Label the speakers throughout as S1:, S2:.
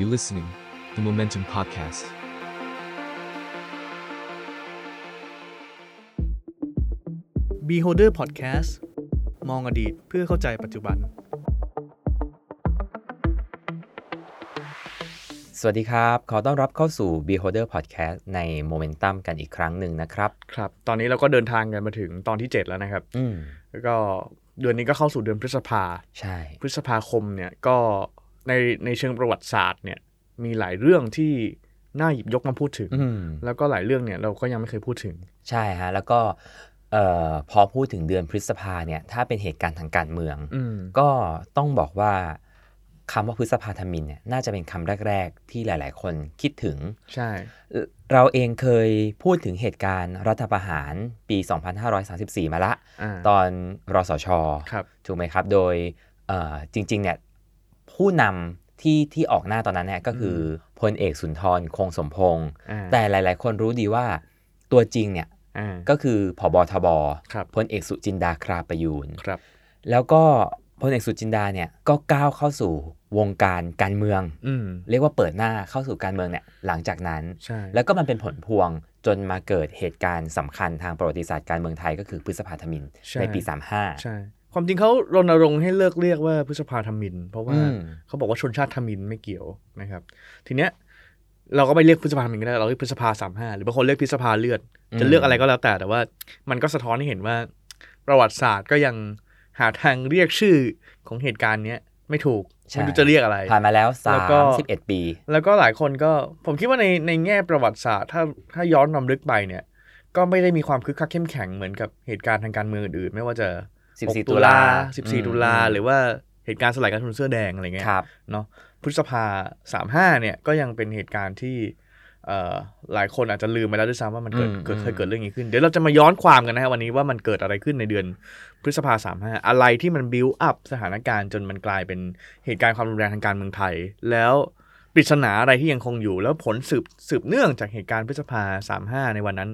S1: You listening, the Momentum Podcast.
S2: บีโฮเดอร์พอดแคสต์มองอดีตเพื่อเข้าใจปัจจุบัน
S3: สวัสดีครับ ขอต้อนรับเข้าสู่ Beholder Podcast ใน Momentum กันอีกครั้งหนึ่งนะครับ
S2: ครับ ตอนนี้เราก็เดินทางกันมาถึงตอนที่ 7 แล้วนะครับ
S3: อืม
S2: แล้วก็เดือนนี้ก็เข้าสู่เดือนพฤษภา
S3: ใช่
S2: พฤษภาคมเนี่ยก็ในในเชิงประวัติศาสตร์เนี่ยมีหลายเรื่องที่น่าหยิบยกมาพูดถึง
S3: อืม
S2: แล้วก็หลายเรื่องเนี่ยเราก็ยังไม่เคยพูดถึง
S3: ใช่ฮะ แล้วก็เอ่อพอพูดถึงเดือนพฤษภาเนี่ย ถ้าเป็นเหตุการณ์ทางการเมือง
S2: อืม
S3: ก็ต้องบอกว่าคำว่าพฤษภาธมินเนี่ยน่าจะเป็นคำแรก ๆ ที่หลาย ๆ คนคิดถึง
S2: ใช่
S3: เอ่อเราเองเคยพูดถึงเหตุการณ์รัฐประหารปี 2534 มาละ
S2: อ่า
S3: ตอนรสช
S2: ครับ
S3: ถูกไหมครับ โดยเอ่อจริงๆเนี่ยผู้นำที่ที่ออกหน้าตอนนั้นเนี่ยก็คือพลเอกสุนทรคงสมพงษ์
S2: อ่า
S3: แต่หลายๆ คนรู้ดีว่าตัวจริงเนี่ย
S2: อ่า
S3: ก็คือผบทบ
S2: ครับ
S3: พลเอกสุจินดาคราประยูน
S2: ครับ
S3: แล้วก็พลเอกสุจินดาเนี่ยก็ก้าวเข้าสู่วงการการเมือง
S2: อืม
S3: เรียกว่าเปิดหน้าเข้าสู่การเมืองเนี่ยหลังจากนั้น
S2: ใช่
S3: แล้วก็มันเป็นผลพวงจนมาเกิดเหตุการณ์สำคัญทางประวัติศาสตร์การเมืองไทยก็คือพฤษภาธมินในปี 35
S2: ใช่ ความจริงเขารณรงค์ให้เลิกเรียกว่าพฤษภาธมิน เพราะว่า
S3: อืม
S2: เขาบอกว่าชนชาติทมินไม่เกี่ยวนะครับ ทีเนี้ยเราก็ไม่เรียกพฤษภาธมินก็ได้เราเรียกพฤษภาสามห้าหรือบางคนเรียกพฤษภาเลือด
S3: อืม
S2: จะเลือกอะไรก็แล้วแต่แต่ว่ามันก็สะท้อนให้เห็นว่า ประวัติศาสตร์ก็ยังหาทางเรียกชื่อของเหตุการณ์เนี้ยไม่ถูกไม่รู้จะเรียกอะไร
S3: ผ่านมาแล้ว
S2: แล้วก็
S3: 31 ปี
S2: แล้วก็หลายคนก็ผมคิดว่าในในแง่ประวัติศาสตร์ถ้าถ้าย้อนนำลึกไปเนี่ย ก็ไม่ได้มีความคึกคักเข้มแข็งเหมือนกับเหตุการณ์ทางการเมืองอื่นๆไม่ว่าจะ
S3: 14
S2: 6
S3: ตุลา
S2: 14 ตุลา หรือว่าเหตุการณ์สลายการชุมนุมเสื้อแดงอะไรเงี้ย
S3: ครับ
S2: เนาะพฤษภาสามห้าเนี่ยก็ยังเป็นเหตุการณ์ที่เอ่อหลายคนอาจจะลืมไปแล้วด้วยซ้ำว่ามันเกิด
S3: อืม
S2: เกิด
S3: อืม
S2: เคยเกิดเรื่องนี้ขึ้น เดี๋ยวเราจะมาย้อนความกันนะฮะวันนี้ว่ามันเกิดอะไรขึ้นในเดือนพฤษภาสามห้าอะไรที่มันบิวอัพสถานการณ์จนมันกลายเป็นเหตุการณ์ความรุนแรงทางการเมืองไทย แล้วปริศนาอะไรที่ยังคงอยู่ แล้วผลสืบสืบเนื่องจากเหตุการณ์พฤษภาสามห้าในวันนั้น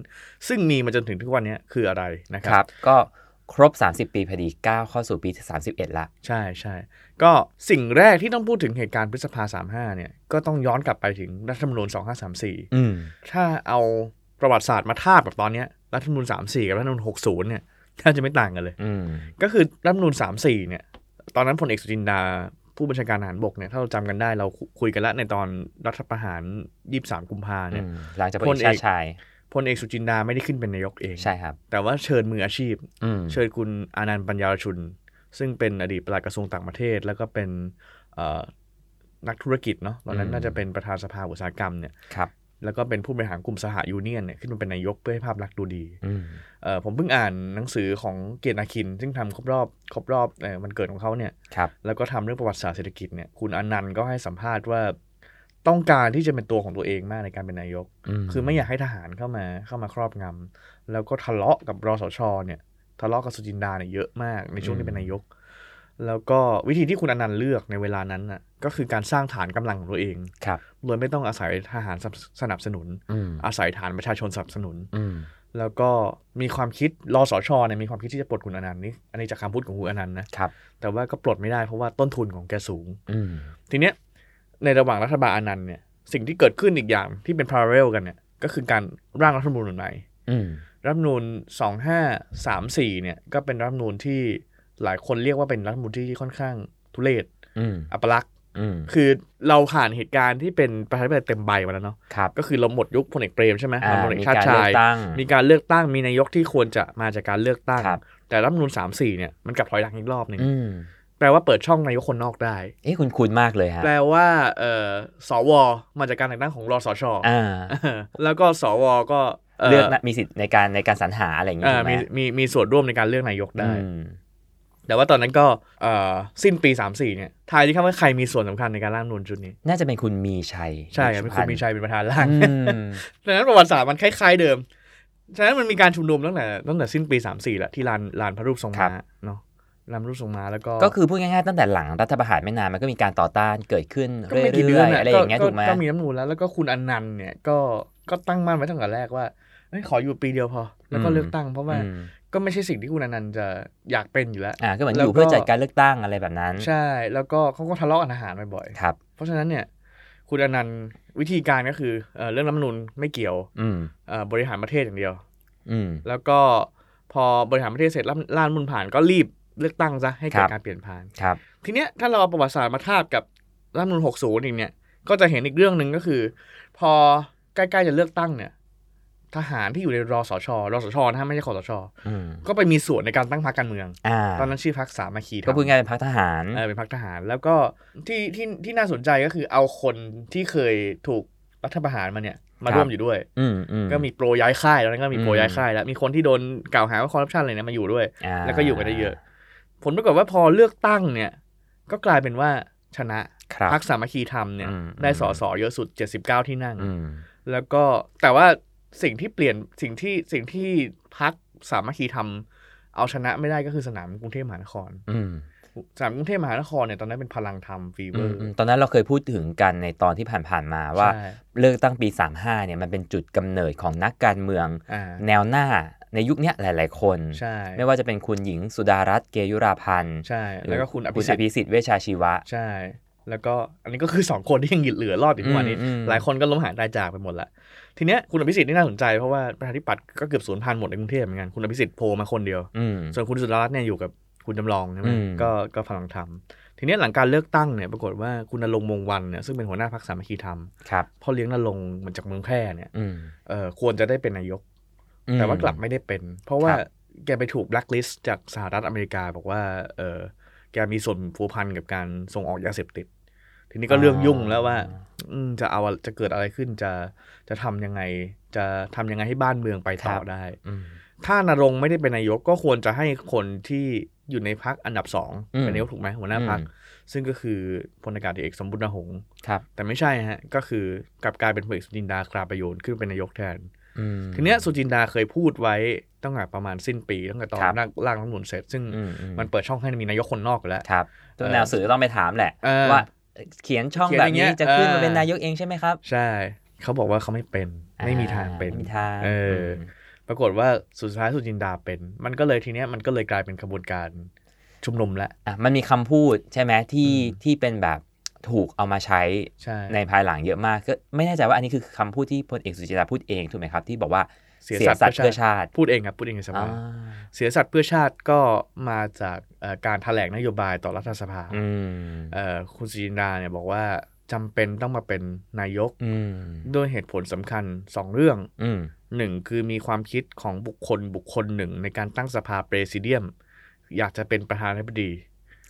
S2: ซึ่งมีมาจนถึงทุกวันเนี้ยคืออะไรนะค
S3: ครับ รับ ก็ครบ 30 ปีพอดีก้าวเข้าสู่ปีที่ 31 ละ
S2: ใช่ใช่ก็สิ่งแรกที่ต้องพูดถึงเหตุการณ์พฤษภา 35 เนี่ย ก็ต้องย้อนกลับไปถึงรัฐธรรมนูญ 2534
S3: อืม
S2: ถ้าเอาประวัติศาสตร์มาทาบกับตอนเนี้ยรัฐธรรมนูญ 34 กับรัฐธรรมนูญ 60 เนี่ยแทบจะไม่ต่างกันเลย
S3: อืม
S2: ก็คือรัฐธรรมนูญ 34 เนี่ย ตอนนั้นพลเอกสุจินดา ผู้บัญชาการทหารบกเนี่ย ถ้าเราจำกันได้เราคุยกันแล้วในตอนรัฐประหาร 23 กุมภาเนี่ย
S3: หลังจาก
S2: พ
S3: พ
S2: ล
S3: ล
S2: เอ
S3: เอก กชาติชาย
S2: พลเอกสุจินดาไม่ได้ขึ้นเป็นนายกเอง
S3: ใช่ครับ
S2: แต่ว่าเชิญมืออาชีพ
S3: อืม
S2: เชิญคุณอานันต์ปัญญารชุน ซึ่งเป็นอดีตปลัดกระทรวงต่างประเทศ แล้วก็เป็นเอ่อนักธุรกิจเนาะตอนนั้น
S3: อืม
S2: น่าจะเป็นประธานสภาอุตสาหกรรมเนี่ย
S3: ครับ
S2: แล้วก็เป็นผู้บริหารกลุ่มสหยูเนี่ยนเนี่ยขึ้นมาเป็นนายกเพื่อให้ภาพลักษณ์ดูดี
S3: อืม
S2: เอ่อผมเพิ่งอ่านหนังสือของเกียรตินาคิน ซึ่งทำครบรอบครบรอบเอ่อวันเกิดของเขาเนี่ย
S3: ครับ
S2: แล้วก็ทำเรื่องประวัติศาสตร์เศรษฐกิจเนี่ยคุณอานันต์ก็ให้สัมภาษณ์ว่าต้องการที่จะเป็นตัวของตัวเองมากในการเป็นนายก คือไม่อยากให้ทหารเข้ามาเข้ามาครอบงำแล้วก็ทะเลาะกับรสชเนี่ย ทะเลาะกับสุจินดาเนี่ยเยอะมากในช่วง
S3: อืม
S2: ที่เป็นนายก แล้วก็วิธีที่คุณอนันต์เลือกในเวลานั้นน่ะก็คือการสร้างฐานกำลังของตัวเอง
S3: ครับ
S2: โดยไม่ต้องอาศัยทหารสนับสนับสนุน
S3: อืม
S2: อาศัยฐานประชาชนสนับสนุน
S3: อืม
S2: แล้วก็มีความคิดรสชเนี่ยมีความคิดที่จะปลดคุณอนันต์นี่อันนี้จากคำพูดของคุณอนันต์นะครับ แต่ว่าก็ปลดไม่ได้เพราะว่าต้นทุนของแกสูง
S3: อืม
S2: ทีเนี้ยในระหว่างรัฐบาลอานันต์เนี่ยสิ่งที่เกิดขึ้นอีกอย่างที่เป็นพาราเรลกันเนี่ยก็คือการร่างรัฐธรรมนูญใหม่
S3: อืม
S2: รัฐธรรมนูญ2534เนี่ยก็เป็นรัฐธรรมนูญที่หลายคนเรียกว่าเป็นรัฐธรรมนูญที่ค่อนข้างทุเรศ
S3: อืม
S2: อัปลักษณ์
S3: อืม
S2: คือเราผ่านเหตุการณ์ที่เป็นประชาธิปไตยเต็มใบมาแล้วเนาะ
S3: ครับ
S2: ก็คือเราหมดยุคพลเอกเปรมใช่ไหม
S3: อ่า
S2: เราหมดพลเอ
S3: มี
S2: กชาติ
S3: การเลื
S2: ชา
S3: อก
S2: ย
S3: ตั้ง
S2: มีการเลือกตั้งมีนายกที่ควรจะมาจากการเลือกตั้ง
S3: ครับ
S2: แต่รัฐธรรมนูญ34เนี่ยมันกลับถอยหลังอีกรอบหนึ่ง
S3: อืม
S2: แปลว่าเปิดช่องนายกคนนอกได้
S3: เอ๊ะคุณคุณมากเลยฮะ
S2: แปลว่าเอ่อสว มาจากการแต่งตั้งของรสช
S3: อ่า
S2: แล้วก็สว ก็
S3: เลือกนะมีสิทธิ์ในการในการสรรหาอะไรอย่างงี้
S2: เอ่อ
S3: ใช่ไหม
S2: มีมีมีส่วนร่วมในการเลือกนายกได้
S3: อืม
S2: แต่ว่าตอนนั้นก็เอ่อสิ้นปี 34เนี่ยทายที่ครับว่าใครมีส่วนสำคัญในการร่างรัฐธรรมนูญชุดนี้
S3: น่าจะเป็นคุณมีชัย
S2: ใช่ครับเป็นคุณมีชัยเป็นประธานร่าง
S3: อืม
S2: ดังนั้นประวัติศาสตร์มันคล้ายๆเดิม ฉะนั้นมันมีการชุมนุมตั้งแต่ตั้งแต่สิ้นปี 34แหละที่ลานลานพระรูปทรง
S3: ครั
S2: ม้า
S3: บ
S2: เนาะลานพระรูปทรงม้าแล้วก็
S3: ก็คือพูดง่ายๆตั้งแต่หลังรัฐประหารไม่นานมันก็มีการต่อต้านเกิดขึ้น
S2: ก็
S3: เรื่
S2: ไม่กี่เดือ
S3: อน ยๆ
S2: น่ะ
S3: อะไรอย่างเงี้ย
S2: ก็
S3: ถูกไหม
S2: ก็มีน้ำนูนแล้วแล้วก็คุณอนันต์เนี่ยก็ก็ตั้งมั่นไว้ตั้งแต่แรกว่าเอ้ยขออยู่ปีเดียวพอ แล้วก็
S3: อืม
S2: เลือกตั้งเพราะว่า
S3: อืม
S2: ก็ไม่ใช่สิ่งที่คุณอนันต์จะอยากเป็นอยู่แล้ว
S3: อ่าก็เหมือน
S2: แล้
S3: อ
S2: วก็
S3: ยู่เพื่อจัดการเลือกตั้งอะไรแบบนั้น
S2: ใช่แล้วก็เขาก็ทะเลาะกับทหารบ่อย
S3: ครับ
S2: ๆเพราะฉะนั้นเนี่ย คุณอนันต์วิธีการก็คือเอ่อเรื่องรัฐธรรมนูญไม่เกี่ยว
S3: อืม
S2: เอ่อบริหารประเทศอย่างเดียว
S3: อืม
S2: แล้วก็พอบริหารประเทศเสร็จร่างร่างรัฐธรรมนุนผ่านก็รีบเลือกตั้งซะให้เกิด
S3: ครับ
S2: การเปลี่ยนผ่าน
S3: ครับ
S2: ทีเนี้ยถ้าเราเอาประวัติศาสตร์มาทาบกับรัฐธรรมนูล60 อีกเนี่ย ก็จะเห็นอีกเรื่องหนึ่งก็คือ พอใกล้ๆจะเลือกตั้งเนี่ย ทหารที่อยู่ในรอสชรอสชนะฮะไม่ใช่คอสช
S3: อืม
S2: ก็ไปมีส่วนในการตั้งพรรคการเมือง
S3: อ่า
S2: ตอนนั้นชื่อพรรคสามัคคีธรรม
S3: ก็พูดง่ายๆเป็นพักทหาร
S2: เออเป็นพรรคทหาร แล้วก็ที่ที่ที่น่าสนใจก็คือเอาคนที่เคยถูกรัฐประหารมาเนี่ยมา
S3: ครับ
S2: ร่วมอยู่ด้วย
S3: อืมอืม
S2: ก็มีโปรย้ายค่ายแล้วนั้นก็มีโปร
S3: อืม
S2: ย้ายค่ายแล้วมีคนที่โดนกล่าวหาว่าคอร์รัปชันอะไรเนี่ยมาอยู่ด้วย
S3: อ่า
S2: แล้วก็อยู่กันได้เยอะ ผลปรากฏว่าพอเลือกตั้งเนี่ย ก็กลายเป็นว่าชนะครับ พรรคสามัคคีธรรมเนี่ย
S3: อืม
S2: ได้สอสอเยอะสุด 79 ที่นั่ง
S3: อืม
S2: แล้วก็แต่ว่าสิ่งที่เปลี่ยนสิ่งที่สิ่งที่พรรคสามัคคีธรรมเอาชนะไม่ได้ก็คือสนามกรุงเทพมหานคร
S3: อืม
S2: สนามกรุงเทพมหานครเนี่ยตอนนั้นเป็นพลังธรรมฟีเว
S3: อื
S2: อ
S3: ม
S2: ร์
S3: อืมตอนนั้นเราเคยพูดถึงกันในตอนที่ผ่านๆมาว่า
S2: ใช่
S3: เลือกตั้งปี 35เนี่ยมันเป็นจุดกำเนิดของนักการเมือง
S2: อ่า
S3: แนวหน้าในยุคเนี้ยหลาย ๆ คน
S2: ใช่
S3: ไม่ว่าจะเป็นคุณหญิงสุดารัตน์เกยุราพันธ์
S2: ใช่แล้วก็คุณอ
S3: คุ
S2: ภิ
S3: ณ
S2: สิ
S3: อ
S2: ทธิ
S3: ภิสิทธิ์เวชชาชีวะ
S2: ใช่ แล้วก็อันนี้ก็คือ 2 คนที่ยังหยิดเหลือรอดอยู่ทุกวันนี้
S3: อืมอืม
S2: หลายคนก็ล้มหายตายจากไปหมดละ ทีเนี้ยคุณอภิสิทธิ์นี่น่าสนใจเพราะว่าประชาธิปัตย์ก็เกือบสูญพันธุ์หมดในกรุงเทพเหมือนกัน คุณอภิสิทธิ์โผล่มาคนเดียว
S3: อืม
S2: ส่วนคุณสุดารัตน์เนี่ยอยู่กับคุณจำลองใช่ไหม
S3: อืม
S2: ก็ก็พลังธรรม ทีเนี้ยหลังการเลือกตั้งเนี่ยปรากฏว่าคุณนรงค์มงวันเนี่ยซึ่งเป็นหัวหน้าพรรคสามัคคีธรรม
S3: ครับ
S2: พ่อเลี้ยงนรงค์มาจากเมืองแพร่เนี่ย
S3: อืม
S2: เอ่อควรจะได้เป็นนายก
S3: อืม
S2: แต่ว่ากลับไม่ได้เป็น เพราะว่า
S3: ครับ
S2: แกไปถูกแบล็คลิสต์จากสหรัฐอเมริกาบอกว่าเออแกมีส่วนผัวพันกับการส่งออกยาเสพติด ทีนี้ก็เรื่องยุ่งแล้วว่า อืมจะเอาอะจะเกิดอะไรขึ้นจะจะทำยังไง จะทำยังไงให้บ้านเมืองไปต่อได้
S3: อืม
S2: ถ้านรงค์ไม่ได้เป็นนายกก็ควรจะให้คนที่อยู่ในพักอันดับสอง
S3: อืม
S2: เป็นนายกถูกไหมหัวหน้าพัก
S3: อืม
S2: ซึ่งก็คือพลอากาศเอกสมบุญหงษ์
S3: ครับ
S2: แต่ไม่ใช่ฮะก็คือกลับกลายเป็นพลเอกสุจินดาคราประโยชน์ขึ้นเป็นนายกแทน
S3: อืม
S2: ทีเนี้ยสุจินดาเคยพูดไว้ตั้งแต่ประมาณสิ้นปีตั้งแต่ตอน
S3: ครับ
S2: ร่างร่างรัฐธรรมนูญเสร็จ ซึ่ง
S3: อือื
S2: มันเปิดช่องให้มีนายกคนนอกอยู่แล้ว
S3: ครับตัว
S2: เอ่อ
S3: แนวสื่อต้องไปถามแหละ
S2: เออ
S3: ว่าเขียนช่อง
S2: เขียน
S3: แบ
S2: อบ ย่างเงี้
S3: นี้
S2: ย
S3: จะขึ้น
S2: เอ
S3: มา
S2: อ
S3: เป็นนายกเองใช่ไหมครับ
S2: ใช่ เขาบอกว่าเขาไม่เป็นไม่มีทางเป็น
S3: ไม่มีทาง
S2: เออ
S3: ม
S2: อื ปรากฏว่าสุดท้ายสุจินดาเป็น มันก็เลยทีเนี้ยมันก็เลยกลายเป็นขบวนการชุมนุมแล้ว
S3: อ่ะมันมีคำพูดใช่ไหมที่
S2: อืม
S3: ที่เป็นแบบถูกเอามาใช้
S2: ใช่
S3: ในภายหลังเยอะมากก็ไม่แน่ใจว่าอันนี้คือคำพูดที่พลเอกสุจินดาพูดเองถูกไหมครับ ที่บอกว่า
S2: เสีย
S3: เสียสั
S2: สั
S3: ต
S2: ต
S3: ว์
S2: ว์
S3: เพื่
S2: เพื่
S3: อ
S2: อ
S3: ชา
S2: ชา
S3: ติ
S2: ติพูดเองครับพูดเองในส
S3: อ่า
S2: ภาเสียสัตว์เพื่อชาติก็มาจากเอ่อการแถลงนโยบายต่อรัฐสภา
S3: อืม
S2: เอ่อคุณสุจินดาเนี่ยบอกว่าจำเป็นต้องมาเป็นนายก
S3: อืม
S2: ด้วยเหตุผลสำคัญสองเรื่อง
S3: อืม
S2: หนึ่งคือมีความคิดของบุคคลบุคคลหนึ่งในการตั้งสภาเปรสิเดียม อยากจะเป็นประธานาธิบดี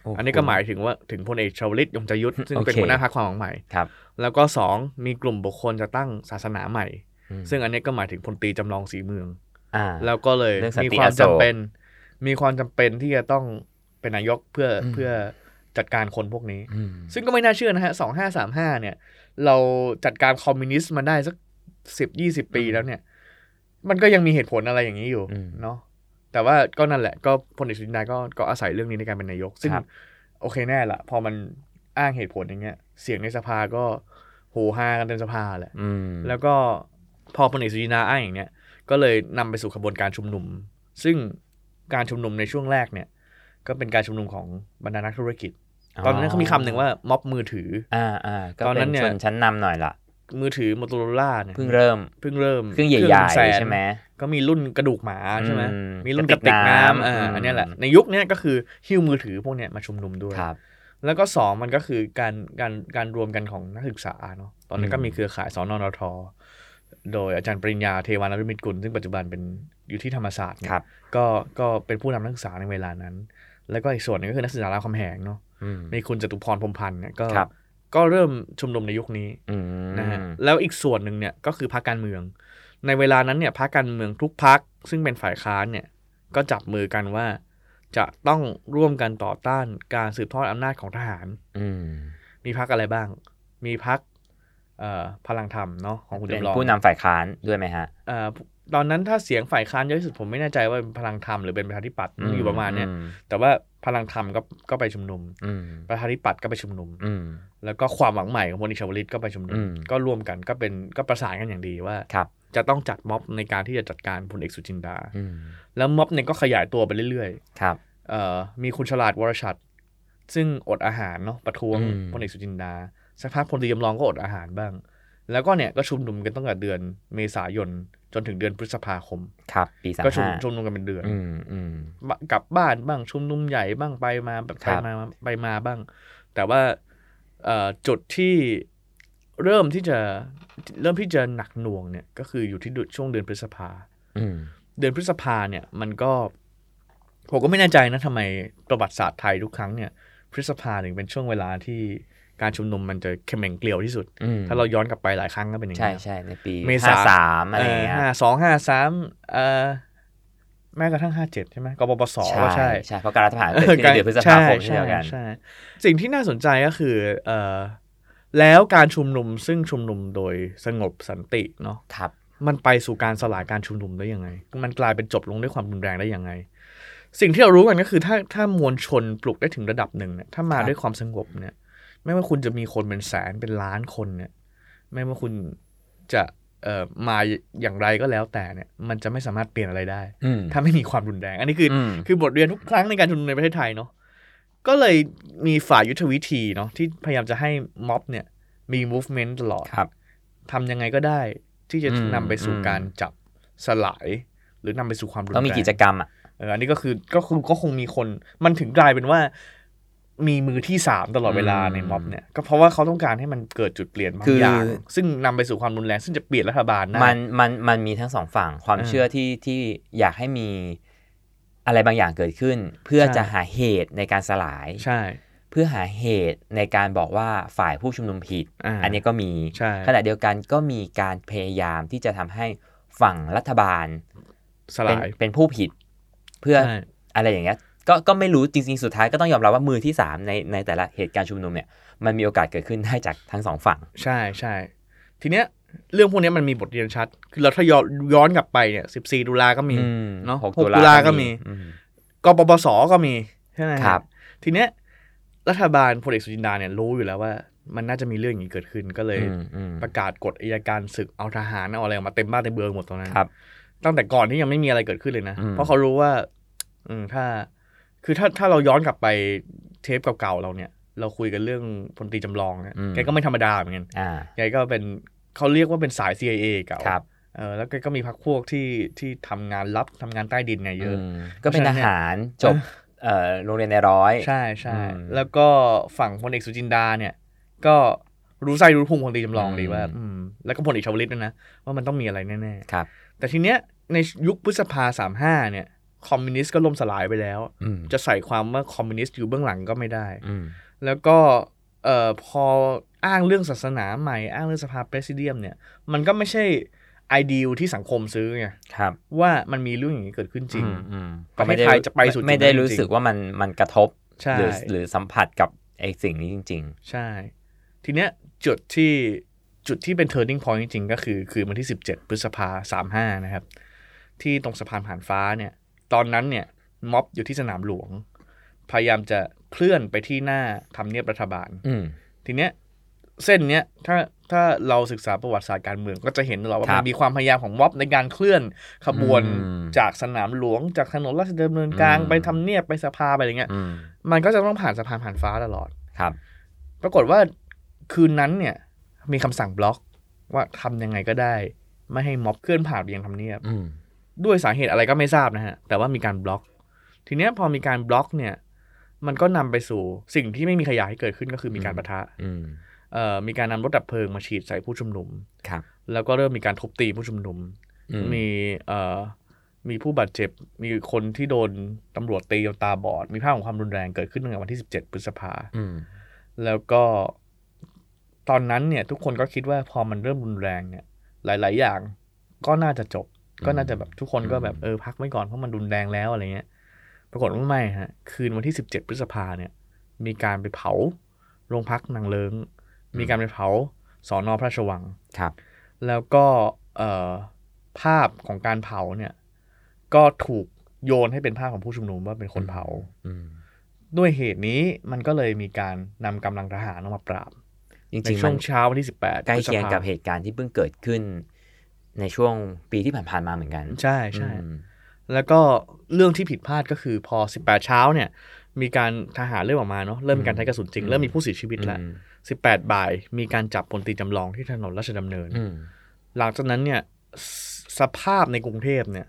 S3: โโ
S2: อันนี้ก็หมายถึงว่าถึงพลเอกชวลิตยงใจยุทธซึ่ง
S3: โอเค
S2: เป็นหัวหน้าพรรคความหวังใหม่
S3: ครับ
S2: แล้วก็สองมีกลุ่มบุคคลจะตั้งศาสนาใหม่
S3: อืม
S2: ซึ่งอันนี้ก็หมายถึงพลตรีจำลองสีเมือง
S3: อ่า
S2: แล้วก็เลย
S3: เรื่องสันติ
S2: มีความ
S3: อโศ
S2: จำ
S3: ก
S2: เป็น มีความจำเป็นที่จะต้องเป็นนายกเพื่ออ
S3: ม
S2: เพื่อจัดการคนพวกนี้
S3: อืม
S2: ซึ่งก็ไม่น่าเชื่อนะฮะสองห้าสามห้าเนี่ย เราจัดการคอมมิวนิสต์มาได้สักสิบยี่สิบปีแล้วเนี่ย มันก็ยังมีเหตุผลอะไรอย่างนี้อยู่เนาะ แต่ว่าก็นั่นแหละ ก็พลเอกสุจินดาก็ก็อาศัยเรื่องนี้ในการเป็นนายก ซึ่งโอเคแน่ละพอมันอ้างเหตุผลอย่างเงี้ย เสียงในสภาก็โหฮากันเต็มสภาแหละ
S3: อืม
S2: แล้วก็พอพลเอกสุจินดาอ้างอย่างเนี้ย ก็เลยนำไปสู่ขบวนการชุมนุม ซึ่งการชุมนุมในช่วงแรกเนี่ย ก็เป็นการชุมนุมของบรรดานักธุรกิจ ตอนนั้นเขามีคำหนึ่งว่าม็อบมือถือ
S3: อ่าอ่าก็
S2: ตอนนั้
S3: เป็น
S2: นเนี่ย
S3: ชนชั้นนำหน่อยล่ะ
S2: มือถือมอ t ต r o ล่าเนี่ย
S3: เพิ่งเริ่ม
S2: เพิ่งเริ่ม
S3: เครื่องใหญ่
S2: แสน
S3: ๆใช่ไหม
S2: ก็มีรุ่นกระดูกหมาใช่ไหม
S3: อืม
S2: มีรุ่น
S3: ก
S2: ก
S3: ระ
S2: ระ
S3: ติ
S2: ติ
S3: ก
S2: ก
S3: น้ำ
S2: น้ำอ่า
S3: อืม
S2: อันเนี้ยแหละในยุคเนี้ยก็คือหิ้วมือถือพวกเนี้ยมาชุมนุมด้วย
S3: ครับ
S2: แล้วก็สองมันก็คือการการการรวมกันของนักศึกษาเนาะตอนนั้นก็มีเครือข่ายสนนทโดยอาจารย์ปริญญาเทวานรมิตรกุล ซึ่งปัจจุบันเป็นอยู่ที่ธรรมศาสตร์เนี่ย
S3: ครับ
S2: ก็ก็เป็นผู้นำนักศึกษาในเวลานั้น แล้วก็อีกส่วนหนึงก็คือนักศึกษารามคำแหงเนาะ
S3: อืม
S2: มีคุณจตุพรพรหมพันธ์เนี่ยก็
S3: ครับ
S2: ก็เริ่มชุมนุมในยุคนี้
S3: อืม
S2: นะฮะแล้วอีกส่วนหนึ่งเนี่ยก็คือพรรคการเมือง ในเวลานั้นเนี่ยพรรคการเมืองทุกพรรคซึ่งเป็นฝ่ายค้านเนี่ยก็จับมือกันว่า จะต้องร่วมกันต่อต้านการสืบทอดอำนาจของทหาร
S3: อืม
S2: มีพรรคอะไรบ้าง มีพรรคเอ่อพลังธรรมเนาะของคุณ
S3: เป็น
S2: จำลอง
S3: ผู้นำฝ่ายค้านด้วยไหมฮะ
S2: เอ่อตอนนั้นถ้าเสียงฝ่ายค้านเยอะที่สุดผมไม่แน่ใจว่าเป็นพลังธรรมหรือเป็นประชาธิปัตย์อยู่ประมาณเนี่ย
S3: อื
S2: แต่ว่าพลังธรรมก็ก็ไปชุมนุม
S3: อืม
S2: ประชาธิปัตย์ก็ไปชุมนุม
S3: อืม
S2: แล้วก็ความหวังใหม่ของพลเอกชวลิตก็ไปชุมนุ
S3: อื
S2: ม
S3: ม
S2: ก็ร่วมกันก็เป็นก็ประสานกันอย่างดีว่า
S3: ครับ
S2: จะต้องจัดม็อบในการที่จะจัดการพลเอกสุจินดา
S3: อืม
S2: แล้วม็อบเนี่ยก็ขยายตัวไปเรื่อย
S3: ครับ
S2: ๆเอ่อมีคุณฉลาดวรชัด ซึ่งอดอาหารเนาะประท้วง
S3: อืม
S2: พลเอกสุจินดา สักพักพลเรือจำลองก็อดอาหารบ้าง แล้วก็เนี่ยก็ชุมนุมกันตั้งแต่เดือนเมษายนจนถึงเดือนพฤษภาคม
S3: ครับ ปีสาม
S2: ก็ชุม
S3: ห้า
S2: ชุมนุมกันเป็นเดือน
S3: อืมอืม
S2: บะกลับบ้านบ้างชุมนุมใหญ่บ้างไปมาแบบ
S3: ค
S2: ไป
S3: รับ
S2: มาไปมาบ้าง แต่ว่าเอ่อจุดที่เริ่มที่จะเริ่มที่จะหนักหน่วงเนี่ยก็คืออยู่ที่เดือนช่วงเดือนพฤษภา
S3: อืม
S2: เดือนพฤษภาเนี่ยมันก็ ผมก็ไม่แน่ใจนะทำไมประวัติศาสตร์ไทยทุกครั้งเนี่ย พฤษภาถึงเป็นช่วงเวลาที่การชุมนุมมันจะเขม่งเกลียวที่สุด
S3: อืม
S2: ถ้าเราย้อนกลับไปหลายครั้งก็เป็นอย่าง
S3: ใช่
S2: นี้
S3: ใช่ในปี
S2: เมษา
S3: ห้าสามอะไรอย่างเงี้ย
S2: ห้าสองห้าสามเอ่อแม้กระทั่งห้าเจ็ดใช่ไหมกบปปสก็ใช่
S3: ใช่เพราะการรัฐประหารเกิดขึ้นในเดือนพฤษภาคมเช่นเดียวกัน
S2: ใช่ใช่สิ่งที่น่าสนใจก็คือเออแล้วการชุมนุมซึ่งชุมนุมโดยสงบสันติเนาะ
S3: ครับ
S2: มันไปสู่การสลายการชุมนุมได้ยังไง มันกลายเป็นจบลงด้วยความรุนแรงได้ยังไง สิ่งที่เรารู้กันก็คือถ้าถ้ามวลชนปลุกได้ถึงระดับหนึ่งเนี่ยถ้ามา
S3: ครับ
S2: ด้วยความสงบเนี่ยไม่ว่าคุณจะมีคนเป็นแสนเป็นล้านคนเนี่ยไม่ว่าคุณจะเอ่อมาอย่างไรก็แล้วแต่เนี่ยมันจะไม่สามารถเปลี่ยนอะไรได้
S3: อืม
S2: ถ้าไม่มีความรุนแรง อันนี้คืออ
S3: อืม
S2: คือบทเรียนทุกครั้งในการชุมนุมในประเทศไทยเนาะ ก็เลยมีฝ่ายยุทธวิธีเนาะที่พยายามจะให้ม็อบเนี่ยมี movement ตลอด
S3: ครับ
S2: ทำยังไงก็ได้ที่จะ
S3: อืม
S2: นำไปสู่
S3: อืม
S2: การจับสลาย หรือนำไปสู่ความรุนแรง
S3: ต้องมีกิจกรรมอ่ะ
S2: เอออันนี้ก็คือก็คงก็คงมีคนมันถึงกลายเป็นว่า มีมือที่สามตลอดเวลา
S3: อืม
S2: ในม็อบเนี่ยก็เพราะว่าเขาต้องการให้มันเกิดจุดเปลี่ยนบาง
S3: คือ
S2: อย่าง ซึ่งนำไปสู่ความรุนแรง ซึ่งจะเปลี่ยนรัฐบาลได้
S3: มันมันมันมีทั้งสองฝั่งความ
S2: อ่า
S3: เชื่อที่ที่อยากให้มีอะไรบางอย่างเกิดขึ้น เพื่อ
S2: ใช่
S3: จะหาเหตุในการสลาย
S2: ใช่
S3: เพื่อหาเหตุในการบอกว่าฝ่ายผู้ชุมนุมผิด
S2: อ่า
S3: อันนี้ก็มี
S2: ใช่
S3: ขณะเดียวกันก็มีการพยายามที่จะทำให้ฝั่งรัฐบาล
S2: ส
S3: เป็น
S2: ลาย
S3: เป็นผู้ผิด เพื่อ
S2: ใช่
S3: อะไรอย่างเงี้ยก็ก็ไม่รู้จริงๆสุดท้ายก็ต้องยอมรับว่ามือที่สามในในแต่ละเหตุการณ์ชุมนุมเนี่ยมันมีโอกาสเกิดขึ้นได้จากทั้งสองฝั่ง
S2: ใช่ใช่ ทีเนี้ยเรื่องพวกเนี้ยมันมีบทเรียนชัด คือเราถ้าย้อนย้อนกลับไปเนี่ยสิบสี่ตุลาก็มี
S3: อืม
S2: เนอะ
S3: หก
S2: หก
S3: ตุ
S2: ตุลาก็มี
S3: อื
S2: กปปสก็มีใช่ไหม
S3: ครับ
S2: ทีเนี้ยรัฐบาลพลเอกสุจินดาเนี่ยรู้อยู่แล้วว่า มันน่าจะมีเรื่องอย่างนี้เกิดขึ้นก็เลย
S3: อืมอืม
S2: ประกาศกฎอายการศึกเอาทหารเอาอะไรออกมาเต็มบ้านเต็มเบืองหมดตรงนั้น
S3: ครับ
S2: ตั้งแต่ก่อนที่ยังไม่มีอะไรเกิดขึ้นเลยนะ
S3: อืม
S2: เพราะเขารู้ว่า อืมถ้า คือถ้าถ้าเราย้อนกลับไปเทปเก่าๆเราเนี่ย เราคุยกันเรื่องพลตรีจำลองเนี่ยแกก็ไม่ธรรมดาเหมือนกัน
S3: อ่า
S2: แกก็เป็นเขาเรียกว่าเป็นสาย CIA เก่า
S3: ครับ
S2: เออแล้วแกก็มีพรรคพวกที่ที่ทำงานลับทำงานใต้ดินเนี่ยเยอะ
S3: อืมก็เป็นทหารจบเอ่อโรงเรียนในร้อย
S2: ใช่ใช่
S3: อืม
S2: แล้วก็ฝั่งพลเอกสุจินดาเนี่ย ก็รู้ไส้รู้พุงพลตรีจำลองดี
S3: อืม
S2: ว่าอืมแล้วก็พลเอกชวลิตด้วยนะ ว่ามันต้องมีอะไรแน่
S3: ครับ
S2: ๆ แต่ทีเนี้ยในยุคพฤษภาสามห้าเนี่ย คอมมิวนิสต์ก็ล่มสลายไปแล้ว
S3: อืม
S2: จะใส่ความว่าคอมมิวนิสต์อยู่เบื้องหลังก็ไม่ได้
S3: อืม
S2: แล้วก็เอ่อพออ้างเรื่องศาสนาใหม่ อ้างเรื่องสภาเปรสิเดียมเนี่ย มันก็ไม่ใช่ไอเดียที่สังคมซื้อไง
S3: ครับ
S2: ว่ามันมีเรื่องอย่างนี้เกิดขึ้นจริง
S3: อืมอืม
S2: ประเทศไทยจะไปสู่จุดนั้น
S3: ไม่ได้รู้
S2: จริงๆ
S3: สึกว่ามันมันกระทบ
S2: ใช่
S3: หรือหรือสัมผัสกับไอ้สิ่งนี้จริง
S2: ใช่ ทีเนี้ยจุดที่จุดที่เป็น turning point จริงๆ ก็คือ คือวันที่ 17 พฤษภา35 นะครับ ที่ตรงสะพานผ่านฟ้าเนี่ย ตอนนั้นเนี่ยม็อบอยู่ที่สนามหลวง พยายามจะเคลื่อนไปที่หน้าทำเนียบรัฐบาล
S3: ๆ อืม
S2: ทีเนี้ยเส้นเนี้ยถ้าถ้าเราศึกษาประวัติศาสตร์การเมืองก็จะเห็นตลอดว่า
S3: ครั
S2: มั
S3: บ
S2: นมีความพยายามของม็อบในการเคลื่อนขบวน
S3: อืม
S2: จากสนามหลวง จากถนนราชดำเนินกลาง
S3: อืม
S2: ไปทำเนียบไปสภาไปอะไรเงี้ย
S3: อืม
S2: มันก็จะต้องผ่านสะพานผ่านฟ้าตลอด
S3: ครับ
S2: ปรากฏว่าคืนนั้นเนี่ยมีคำสั่งบล็อกว่าทำยังไงก็ได้ ไม่ให้ม็อบเคลื่อนผ่านไปยังทำเนียบ
S3: อืม
S2: ด้วยสาเหตุอะไรก็ไม่ทราบนะฮะ แต่ว่ามีการบล็อก ทีเนี้ยพอมีการบล็อกเนี่ย มันก็นำไปสู่สิ่งที่ไม่มีขยะให้เกิดขึ้นก็คือมีการปะทะ
S3: อืม
S2: เอ่อมีการนำรถดับเพลิงมาฉีดใส่ผู้ชุมนุม
S3: ครับ
S2: แล้วก็เริ่มมีการทุบตีผู้ชุมนุม
S3: อืม
S2: มีเอ่อมีผู้บาดเจ็บ มีคนที่โดนตำรวจตีจนตาบอด มีภาพของความรุนแรงเกิดขึ้นตั้งแต่วันที่ 17 พฤษภา
S3: อืม
S2: แล้วก็ตอนนั้นเนี่ยทุกคนก็คิดว่าพอมันเริ่มรุนแรงเนี่ย หลาย ๆ อย่างก็น่าจะจบ ก็น่าจะแบบทุกคนก็แบบเออพักไว้ก่อนเพราะมันรุนแรงแล้วอะไรเงี้ย ปรากฏว่าไม่ฮะ คืนวันที่ 17 พฤษภาเนี่ย มีการไปเผาโรงพักนางเลิง มีการไปเผาสอนอพระราชวัง
S3: ครับ
S2: แล้วก็เอ่อภาพของการเผาเนี่ย ก็ถูกโยนให้เป็นภาพของผู้ชุมนุมว่าเป็นคนเผา
S3: อืม
S2: ด้วยเหตุนี้มันก็เลยมีการนำกำลังทหารออกมาปราบ
S3: จริ
S2: ใน
S3: งๆ
S2: ช่
S3: มั
S2: วน งเช้าวันที่ 18
S3: ใกล้เคียงกับ
S2: พฤษภา
S3: เหตุการณ์ที่เพิ่งเกิดขึ้น ในช่วงปีที่ผ่านๆมาเหมือนกัน
S2: ใช่ใช่
S3: อืม
S2: แล้วก็เรื่องที่ผิดพลาดก็คือพอ 18 เช้าเนี่ย มีการทหารเริ่มออกมาเนาะเริ่มมีการใช้กระสุนจริง เริ่มมีผู้เสียชีวิตแล้ว
S3: อืม
S2: 18 บ่าย มีการจับพลตรีจำลองที่ถนนราชดำเนิน
S3: อืม
S2: หลังจากนั้นเนี่ยสสภาพในกรุงเทพเนี่ย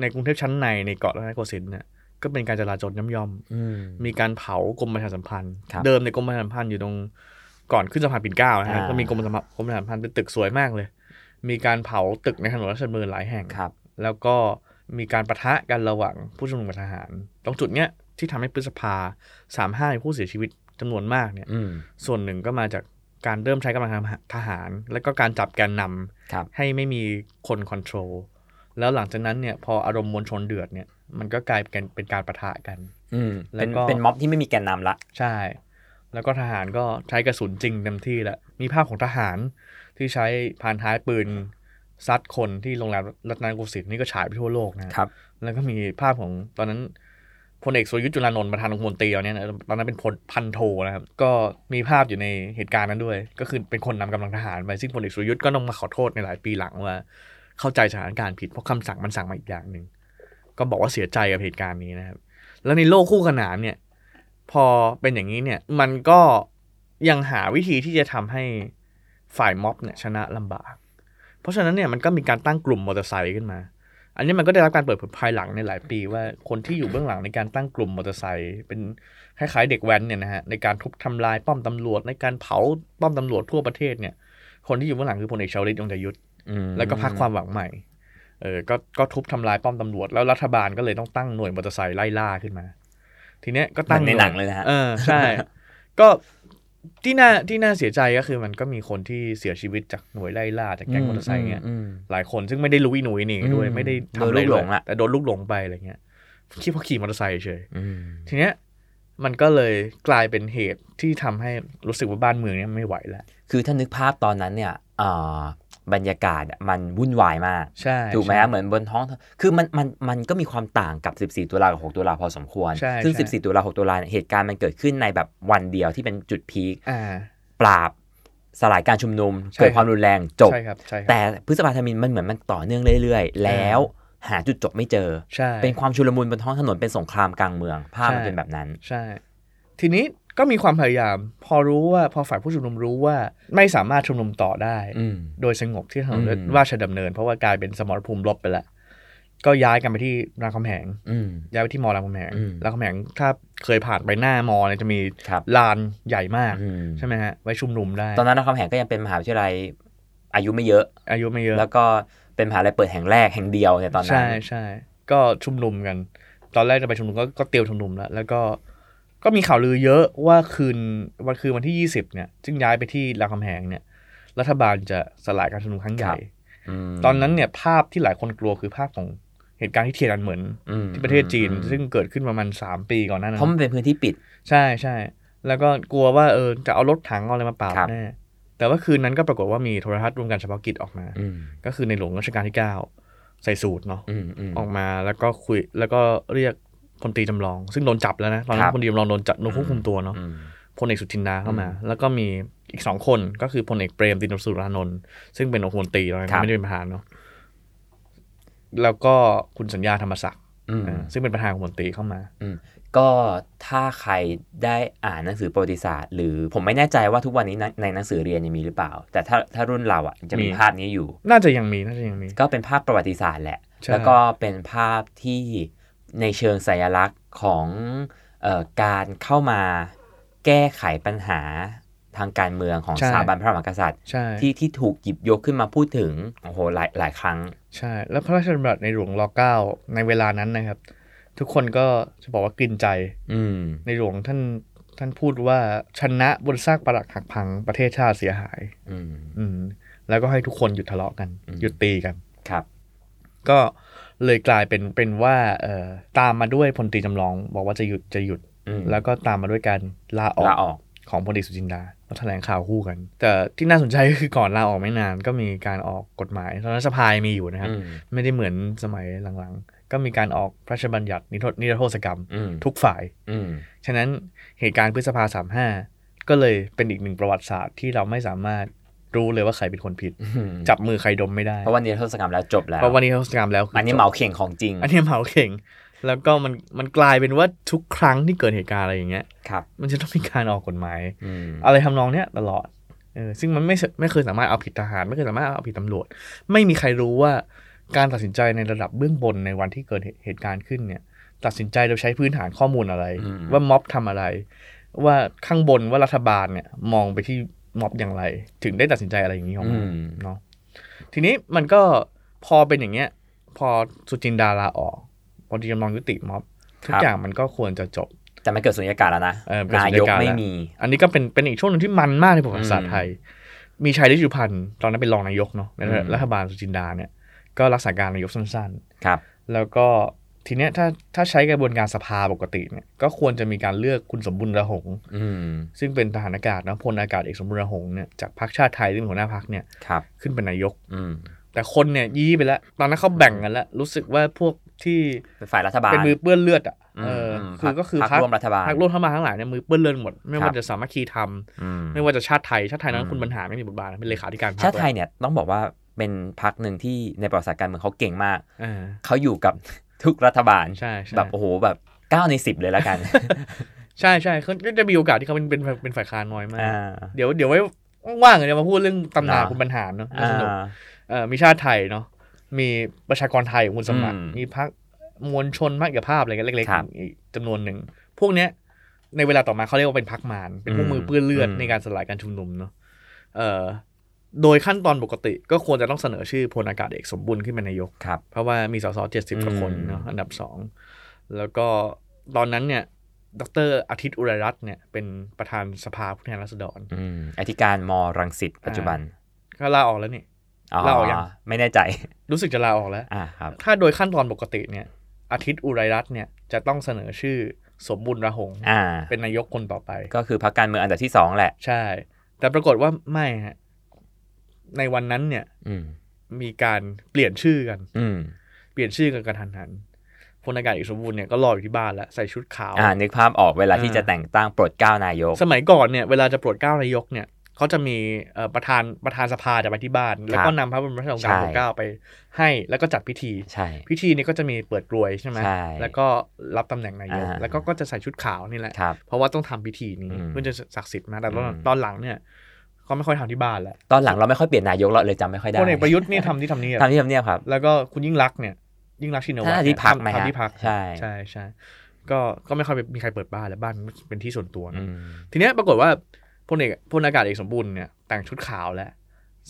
S2: ในกรุงเทพชั้นในในเกาะรัตนโกสินทร์เนี่ยก็เป็นการจราจรย่ำย่อม
S3: อืม
S2: มีการเผากรมประชาสัมพันธ์
S3: ครับ
S2: เดิมในกรมประชาสัมพันธ์อยู่ตรงก่อนขึ้นสะพานปิ่นเกล้านะฮะ
S3: อ่า
S2: ก็มีกรมประชาสัมพันธ์กรมประชาสัมพันธ์เป็นตึกสวยมากเลย มีการเผาตึกในถนนราชดำเนินหลายแห่ง
S3: ครับ
S2: แล้วก็มีการประทะกันระหว่างผู้ชุมนุมกับทหาร ตรงจุดเนี้ยที่ทำให้พฤษภาสามห้าผู้เสียชีวิตจำนวนมากเนี่ย
S3: อืม
S2: ส่วนหนึ่งก็มาจากการเริ่มใช้กำลังทหาร และก็การจับแกนนำ
S3: ครับ
S2: ให้ไม่มีคนคอนโทรลแล้วหลังจากนั้นเนี่ยพออารมณ์มวลชนเดือดเนี่ยมันก็กลายเป็นเป็นการประทะกัน
S3: อืม
S2: แล้
S3: เป็
S2: วน ก็
S3: เป็นม็อบที่ไม่มีแกนนำละ
S2: ใช่ แล้วก็ทหารก็ใช้กระสุนจริงเต็มที่แหละ มีภาพของทหารที่ใช้พานท้ายปืนซัดคนที่โรงแรมรัตนโกสินทร์นี่ก็ฉายไปทั่วโลกนะ
S3: ครับ
S2: แล้วก็มีภาพของตอนนั้นพลเอกสุรยุทธ์จุลานนท์ประธานองคมนตรีเราเนี่ยนะตอนนั้นเป็นพลพันโทนะครับ ก็มีภาพอยู่ในเหตุการณ์นั้นด้วย ก็คือเป็นคนนำกำลังทหารไปซึ่งพลเอกสุรยุทธ์ก็ต้องมาขอโทษในหลายปีหลังว่า เข้าใจสถานการณ์ผิดเพราะคำสั่งมันสั่งมาอีกอย่างหนึ่งก็บอกว่าเสียใจกับเหตุการณ์นี้นะครับ แล้วในโลกคู่ขนานเนี่ย พอเป็นอย่างนี้เนี่ยมันก็ยังหาวิธีที่จะทำให้ฝ่ายม็อบเนี่ยชนะลำบาก เพราะฉะนั้นเนี่ยมันก็มีการตั้งกลุ่มมอเตอร์ไซค์ขึ้นมา อันนี้มันก็ได้รับการเปิดเผยภายหลังในหลายปีว่าคนที่อยู่เบื้องหลังในการตั้งกลุ่มมอเตอร์ไซค์เป็นคล้ายๆเด็กแว้นเนี่ยนะฮะในการทุบทำลายป้อมตำรวจในการเผาป้อมตำรวจทั่วประเทศเนี่ย คนที่อยู่เบื้องหลังคือพลเอกชาวลิตยงใจยุทธ
S3: อืม
S2: แล้วก็พักความหวังใหม่เออก็ก็ทุบทำลายป้อมตำรวจ แล้วรัฐบาลก็เลยต้องตั้งหน่วยมอเตอร์ไซค์ไล่ล่าขึ้นมา ทีเนี้ยก็
S3: เหมื
S2: ตั้
S3: อง นใน
S2: วย
S3: หนังเลยนะฮะ
S2: เออใช่ ก็ที่น่าที่น่าเสียใจก็คือมันก็มีคนที่เสียชีวิตจากหน่วยไล่ล่าจากแก๊งมอเตอร์ไซค์เนี่ยหลายคนซึ่งไม่ได้รู้อีหนุ่ยหนี่ด้วย
S3: อืม
S2: ไม่ได้ทำ
S3: โดน
S2: อะไร
S3: ลูกหล
S2: เลย
S3: งอะ
S2: แต่โดนลูกหลงไปอะไรเงี้ยคิดว่าขี่มอเตอร์ไซค์เฉย
S3: อืม
S2: ทีเนี้ยมันก็เลยกลายเป็นเหตุที่ทำให้รู้สึกว่าบ้านเมืองเนี่ยไม่ไหวแล้ว
S3: คือถ้านึกภาพตอนนั้นเนี่ยอ่าบรรยากาศอะมันวุ่นวายมาก
S2: ใช่
S3: ถูกไหม
S2: ใช่
S3: ฮะเหมือนบนท้องถนนคือมันมันมันก็มีความต่างกับ 14 ตุลากับ 6 ตุลาพอสมควร
S2: ใช่
S3: ซึ่ง
S2: ใช่
S3: 14 ตุลา 6 ตุลาเนี่ยเหตุการณ์มันเกิดขึ้นในแบบวันเดียวที่เป็นจุดพีค
S2: อ่า
S3: ปราบสลายการชุมนุม
S2: ใช่
S3: เกิดความรุนแรงจบ
S2: ใช่ครับใช่ครับ
S3: แต่พฤษภาธมินมันเหมือนมันต่อเนื่องเรื่อยๆ แล้วหาจุดจบไม่เจอ
S2: ใช่
S3: เป็นความชุลมุนบนท้องถนนเป็นสงครามกลางเมือง ภาพมันเป็นแบบนั้น
S2: ใช่ ทีนี้ก็มีความพยายาม พอรู้ว่าพอฝ่ายผู้ชุมนุมรู้ว่าไม่สามารถชุมนุมต่อได้
S3: อืม
S2: โดยสงบที่ถนน
S3: อืม
S2: ราชดำเนิน เพราะว่ากลายเป็นสมรภูมิรบไปแล้ว ก็ย้ายกันไปที่รามคำแหง
S3: อืม
S2: ย้ายไปที่มอรามคำแหง
S3: อืม
S2: รามคำแหงถ้าเคยผ่านไปหน้ามอเนี่ยจะมี
S3: ครับ
S2: ลานใหญ่มาก
S3: อืม
S2: ใช่ไหมฮะ ไว้ชุมนุมได้
S3: ตอนนั้นนครแหงก็ยังเป็นมหาวิทยาลัยอายุไม่เยอะ
S2: อายุไม่เยอะ
S3: แล้วก็เป็นมหาวิทยาลัยเปิดแห่งแรกแห่งเดียวในตอนนั้
S2: ใช่
S3: น
S2: ใช่ก็ชุมนุมกัน ตอนแรกจะไปชุมนุมก็ก็เตรียมชุมนุมแล้ว แล้วก็ก็มีข่าวลือเยอะว่าคืนวันคืนวันที่ 20เนี่ยซึ่งย้ายไปที่รามคำแหงเนี่ย รัฐบาลจะสลายการชุมนุมครั้งใหญ่
S3: ครับ ม
S2: ตอนนั้นเนี่ยภาพที่หลายคนกลัวคือภาพของเหตุการณ์ที่เทียนอันเหมือน
S3: อืม
S2: ที่ประเทศจีน
S3: อืม
S2: ซึ่งเกิดขึ้นประมาณสามปีก่อนหน้านั้
S3: เพราะมัน
S2: น
S3: เป็นพื้นที่ปิด
S2: ใช่ใช่แล้วก็กลัวว่าเออจะเอารถถังเอาอะไรมาปราบ
S3: ครับ
S2: แน่แต่ว่าคืนนั้นก็ปรากฏว่ามีโทรทัศน์รวมการเฉพาะกิจออกมา
S3: อืม
S2: ก็คือในหลวงรัชกาลที่ 9 ใส่สูตรเนาะ
S3: อืมอืม
S2: ออกมาแล้วก็คุยแล้วก็เรียกพลตรีจำลอง ซึ่งโดนจับแล้วนะตอนนั้
S3: ครั
S2: น
S3: บ
S2: พลตรีจำลองโดนจับโดนควบคุมตัวเนาะ
S3: อืม
S2: พลเอกสุทินดาเข้ามา แล้วก็มีอีกสองคนก็คือพลเอกเปรมตินสุรานนท์ซึ่งเป็นองคมนตรีตอนนั้
S3: ครับ
S2: นไม่ได้เป็นประธานเนาะแล้วก็คุณสัญญาธรรมศักดิ์
S3: อืม
S2: อ่าซึ่งเป็นประธานองคมนตรีเข้ามา
S3: ก็ถ้าใครได้อ่านหนังสือประวัติศาสตร์ หรือผมไม่แน่ใจว่าทุกวันนี้ในในหนังสือเรียนยังมีหรือเปล่า แต่ถ้าถ้ารุ่นเราอ่ะจะมี
S2: มี
S3: ภาพนี้อยู่
S2: น่าจะยังมีน่าจะยังมี
S3: ก็เป็นภาพประวัติศาสตร์แหละ
S2: ใช่
S3: แล้วก็เป็นภาพที่ในเชิงสัญลักษณ์ของเออการเข้ามาแก้ไขปัญหาทางการเมืองของ
S2: ใช่
S3: สถาบันพระมหากษัตริย์
S2: ใช่
S3: ที่ที่ถูกหยิบยกขึ้นมาพูดถึงโอ้โหหลายหลายครั้ง
S2: ใช่ แล้วพระราชดำรัสในหลวงรอเก้าในเวลานั้นนะครับ ทุกคนก็จะบอกว่ากลินใจ
S3: อืม
S2: ในหลวงท่านท่านพูดว่าชนะบนซากปรักหักพังประเทศชาติเสียหาย
S3: อืม
S2: อืมแล้วก็ให้ทุกคนหยุดทะเลาะกัน
S3: อืม
S2: หยุดตีกัน
S3: ครับ
S2: ก็เลยกลายเป็นเป็นว่าเอ่อตามมาด้วยพลตรีจำลอง บอกว่าจะหยุดจะหยุด
S3: อืม
S2: แล้วก็ตามมาด้วยการลาออก
S3: ลาออก
S2: ของพลเอกสุจินดาก็แถลงข่าวคู่กัน แต่ที่น่าสนใจก็คือก่อนลาออกไม่นาน ก็มีการออกกฎหมายรัฐสภามีอยู่นะครับ
S3: อืม
S2: ไม่ได้เหมือนสมัยหลังๆ ก็มีการออกพระราชบัญญัตินิรโทษนิรโทษกรรม
S3: อืม
S2: ทุกฝ่าย
S3: อืม
S2: ฉะนั้นเหตุการณ์พฤษภาสามห้าก็เลยเป็นอีกหนึ่งประวัติศาสตร์ที่เราไม่สามารถรู้เลยว่าใครเป็นคนผิด จับมือใครดมไม่ได้
S3: เพราะวันนี้โทษกรรมแล้วจบแล้ว
S2: เพราะวันนี้เขาสกรรมแล้วคื
S3: อันนี้
S2: จบ
S3: เหมาเข่งของจริง
S2: อันนี้เหมาเข่ง แล้วก็มันมันกลายเป็นว่าทุกครั้งที่เกิดเหตุการณ์อะไรอย่างเงี้ย
S3: ครับ
S2: มันจะต้องมีการออกกฎหมาย
S3: อืม
S2: อะไรทำนองเนี้ยตลอดเออซึ่งมันไม่ไม่เคยสามารถเอาผิดทหาร ไม่เคยสามารถเอาผิดตำรวจ ไม่มีใครรู้ว่าการตัดสินใจในระดับเบื้องบนในวันที่เกิดเหตุเหตุการณ์ขึ้นเนี่ย ตัดสินใจโดยใช้พื้นฐานข้อมูลอะไร ว่าม็อบทำอะไร ว่าข้างบนว่ารัฐบาลเนี่ยมองไปที่ม็อบอย่างไร ถึงได้ตัดสินใจอะไรอย่างนี้ออก
S3: อื
S2: มา
S3: ม
S2: เนาะทีนี้มันก็พอเป็นอย่างเงี้ย พอสุจินดาลาออกพอดีจำลองยุติม็อบทุกอย่างมันก็ควรจะจบ
S3: แต่มันเกิดสุญญากาศแล้วนะ
S2: เออเกิด
S3: นา
S2: สุญ
S3: ย
S2: ญาก กาศแล้ว
S3: ไม่มี
S2: อันนี้ก็เป็นเป็นอีกช่วงหนึ่งที่มันมากในประวัติศาสต
S3: อื
S2: ร์
S3: ม
S2: ไทย มีชัยฤชุพันธ์ตอนนั้นเป็นรองนายกเนาะใน
S3: อืม
S2: รัฐบาลสุจินดาเนี่ยก็รักษาการนายกสั้น
S3: ครับ
S2: ๆ แล้วก็ทีเนี้ยถ้าถ้าใช้กระบวนการสภาปกติเนี่ยก็ควรจะมีการเลือกคุณสมบุญระหง
S3: อืม
S2: ซึ่งเป็นทหารอากาศนะพลอากาศเอกสมบุญระหงเนี่ยจากพรรคชาติไทยซึ่งเป็นหัวหน้าพรรคเนี่ย
S3: ครับ
S2: ขึ้นเป็นนายก
S3: อืม
S2: แต่คนเนี่ยยี้ไปแล้ว ตอนนั้นเขาแบ่งกันแล้ว รู้สึกว่าพวกที่
S3: เป็นฝ่ายรัฐบาล
S2: เป็นมือเปื้อนเลือดอ่ะ
S3: อืม
S2: เออ
S3: ม
S2: คือก็คือ
S3: พรรคร่วมรัฐบาล
S2: พรรคร่วมทั้งมาทั้งหลายเนี่ยมือเปื้อนเลือดหมด ไม่
S3: ครั
S2: ว่า
S3: บ
S2: จะสามัคคีท
S3: อืม
S2: ำไม่ว่าจะชาติไทย ชาติไทยนั้
S3: อื
S2: น
S3: ม
S2: คุณบรรหารไม่มีบทบาทนะเป็นเลขาธิการพรรค
S3: ชาติไทยเนี่ยต้องบอกว่าเป็นพรรคหนึ่งที่ในประวัติศาสตร์การเมืองเขาเก่งมาก
S2: อ่า
S3: เขาอยู่กับ ทุกรัฐบาล
S2: ใช่ใช่
S3: แบบโอ้โหแบบเก้าในสิบเลยละกัน
S2: ใช่ใช่เขาก็จะมีโอกาสที่เขาเป็นเป็นเป็นฝ่ายค้านน้อยมาก
S3: อ่า
S2: เดี๋ยวเดี๋ยวไว้ว่างๆเดี๋ยวมาพูดเรื่องตำนาน
S3: อ่า
S2: คุณบรรหารเนาะน่า
S3: อ่า
S2: สนุกเอ่อมีชาติไทยเนาะมีประชากรไทยของคุณสมบัติ
S3: อืม
S2: มีพรรคมวลชนมากกับภาพอะไรกันเล็ก
S3: ครับ
S2: ๆอีกจำนวนหนึ่งพวกเนี้ยในเวลาต่อมาเขาเรียกว่าเป็นพรรคมารเป็นพวก
S3: อืม
S2: มือเปื้อนเลือด
S3: อืม
S2: ในการสลายการชุมนุมเนาะเอ่อโดยขั้นตอนปกติก็ควรจะต้องเสนอชื่อพลอากาศเอกสมบุญขึ้นเป็นนายก
S3: ครับ
S2: เพราะว่ามีสสเจ็ดสิบกว่าคน
S3: อืม
S2: เนาะอันดับสองแล้วก็ตอนนั้นเนี่ยดอกเตอรอาทิตย์อุไรรัตน์เนี่ยเป็นประธานสภาผู้แทนราษฎร
S3: อืมอธิการมรังสิตปัจจุบัน
S2: ก็ลาออกแล้วนี่
S3: อ๋อ
S2: ลาออกยัง
S3: ไม่แน่ใจ
S2: รู้สึกจะลาออกแล้ว
S3: อ่าครับ
S2: ถ้าโดยขั้นตอนปกติเนี่ย อาทิตย์อุไรรัตน์เนี่ยจะต้องเสนอชื่อสมบุญระหงษ์
S3: อ่า
S2: เป็นนายกคนต่อไป
S3: ก็คือพรรคการเมืองอันดับที่สองแหละ
S2: ใช่ แต่ปรากฏว่าไม่ฮะในวันนั้นเนี่ย
S3: อืม
S2: มีการเปลี่ยนชื่อกัน
S3: อืม
S2: เปลี่ยนชื่อกันกระทันหันพลอากาศเอกสมบุญเนี่ยก็รออยู่ที่บ้านแล้วใส่ชุดขาว
S3: อ่า นึกภาพออกเวลาที่
S2: อ่า
S3: จะแต่งตั้งโปรดเกล้านายก
S2: สมัยก่อนเนี่ยเวลาจะโปรดเกล้านายกเนี่ยเขาจะมีเอ่อประธานประธานสภาจะไปที่บ้าน แล้วก็นำพระบรมราชโองการโปรดเกล้าไป ให้แล้วก็จัดพิธี
S3: ใช่
S2: พิธีนี้ก็จะมีเปิดกรวยใช่ไหม
S3: ใช่
S2: แล้วก็รับตำแหน่งนายก
S3: อ่า
S2: แล้วก็ก็จะใส่ชุดขาวนี่แหละ
S3: ครับ
S2: เพราะว่าต้องทำพิธีนี้
S3: อืม
S2: เพื่อจะศักดิ์สิทธิ์มากแต่ตอน
S3: อืม
S2: ตอนหลังเนี่ยเขาไม่ค่อยทำที่บ้านแล้ว
S3: ตอนหลังเราไม่ค่อยเปลี่ยนนายกเราเลยจำไม่ค่อยได้
S2: พลเอกประยุทธ์นี่ทำที่ทำเนียบ
S3: ทำที่ทำเนียบครับ
S2: แล้วก็คุณยิ่งรักษณ์เนี่ย ยิ่งรักษณ์ชินวัตร
S3: ท่าน
S2: เนี่ย
S3: ที่พักไหมฮะ
S2: ทำที่พัก
S3: ใช่
S2: ใช่ใช่ก็ก็ไม่ค่อยมีใครเปิดบ้านแล้วบ้านเป็นที่ส่วนตัวนะ
S3: อืม
S2: ทีเนี้ยปรากฏว่าพลเอกพลอากาศเอกสมบูรณ์เนี่ยแต่งชุดขาวแล้ว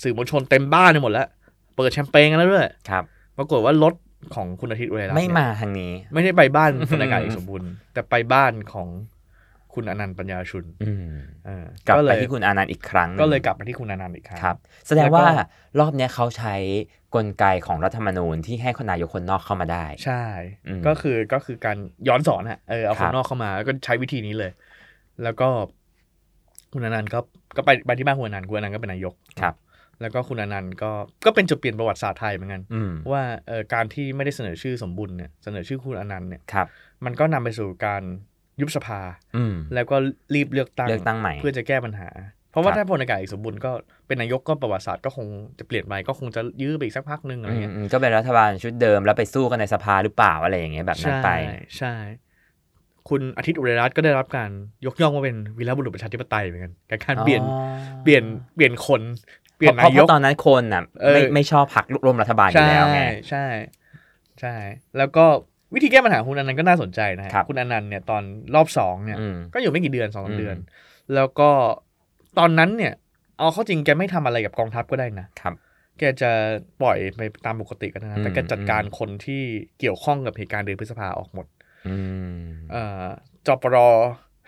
S2: สื่อมวลชนเต็มบ้านไปหมดแล้ว เปิดแชมเปญกันแล้วด้วย
S3: ครับ
S2: ปรากฏว่ารถของคุณอาทิตย์อุไรรัตน์
S3: ไม่
S2: เนี่ย
S3: มาทางนี้
S2: ไม่ได้ไป บ้าน พลอากาศเอกสมบูรณ์แต่ไปบ้านของคุณอนันต์ปัญญาชุน
S3: อืม
S2: เออก
S3: ลับ
S2: ก็
S3: ไป
S2: เลย
S3: ที่คุณอานันต์อีกครั้งหนึ่ง
S2: ก็เลยกลับมาที่คุณอนันต์อีกครั้ง
S3: ครับ แสด
S2: แล้
S3: ง
S2: วก็
S3: ว่ารอบเนี้ยเขาใช้กลไกของรัฐธรรมนูญที่ให้คนนายกคนนอกเข้ามาได้
S2: ใช่
S3: อืม
S2: ก็คือก็คือการย้อนสอนฮะเออเอา
S3: ค
S2: ค
S3: รั
S2: น
S3: บ
S2: นอกเข้ามาแล้วก็ใช้วิธีนี้เลย แล้วก็คุณอนันต์ก็ก็ไปไปที่บ้านคุณอนันต์คุณอนันต์ก็เป็นนายก
S3: ครับ
S2: แล้วก็คุณอนันต์ก็ก็เป็นจุดเปลี่ยนประวัติศาสตร์ไทยเหมือนกัน
S3: อืม
S2: ว่าเอ่อการที่ไม่ได้เสนอชื่อสมบุญเนี่ยเสนอชื่อคุณอนันต์เนี่ย
S3: ครับ
S2: มันก็นำไปสู่การยุบสภา
S3: อืม
S2: แล้วก็รีบเลือกตั้ง
S3: เลือกตั้งใหม่
S2: เพื่อจะแก้ปัญหา เพราะว่า
S3: ครับ
S2: ถ้าพลอากาศเอกสมบุญก็เป็นนายกก็ประวัติศาสตร์ก็คงจะเปลี่ยนไปก็คงจะยื้อไปอีกสักพักหนึงอะไร
S3: อืม
S2: เงี้ย
S3: อืมก็เป็นรัฐบาลชุดเดิมแล้วไปสู้กันในสภาหรือเปล่าอะไรอย่างเงี้ยแบบนั้น
S2: ใช่
S3: ไป
S2: ใช่ คุณอาทิตย์อุไรรัตน์ก็ได้รับการยกย่องว่าเป็นวีรบุรุษประชาธิปไตยเหมือนกันกับการเปลี่ยน
S3: อ๋อ
S2: เปลี่ยนเปลี่ยนคนเปลี่ยนนา
S3: เพราะเพ
S2: ยก
S3: ราะตอนนั้นคนน่ะ
S2: เออ
S3: ไม่ไม่ชอบพักร่วมรัฐบาลอยู่
S2: ใช่
S3: แล้วไง
S2: ใช่ใช่ แล้วก็วิธีแก้ปัญหาของคุณอนันต์ก็น่าสนใจนะฮะ
S3: ครับ
S2: คุณอนันต์เนี่ยตอนรอบสองเนี่ย
S3: อืม
S2: ก็อยู่ไม่กี่เดือนสองสามเดือน
S3: อืม
S2: แล้วก็ตอนนั้นเนี่ย เอาเข้าจริงแกไม่ทำอะไรกับกองทัพก็ได้นะ
S3: ครับ
S2: แกจะปล่อยไปตามปกติกัน
S3: อื
S2: นะ
S3: ม
S2: แต่แกจัดการคนที่เกี่ยวข้องกับเหตุการณ์เดือนพฤษภาออกหมด
S3: อืม
S2: เอ่อจปร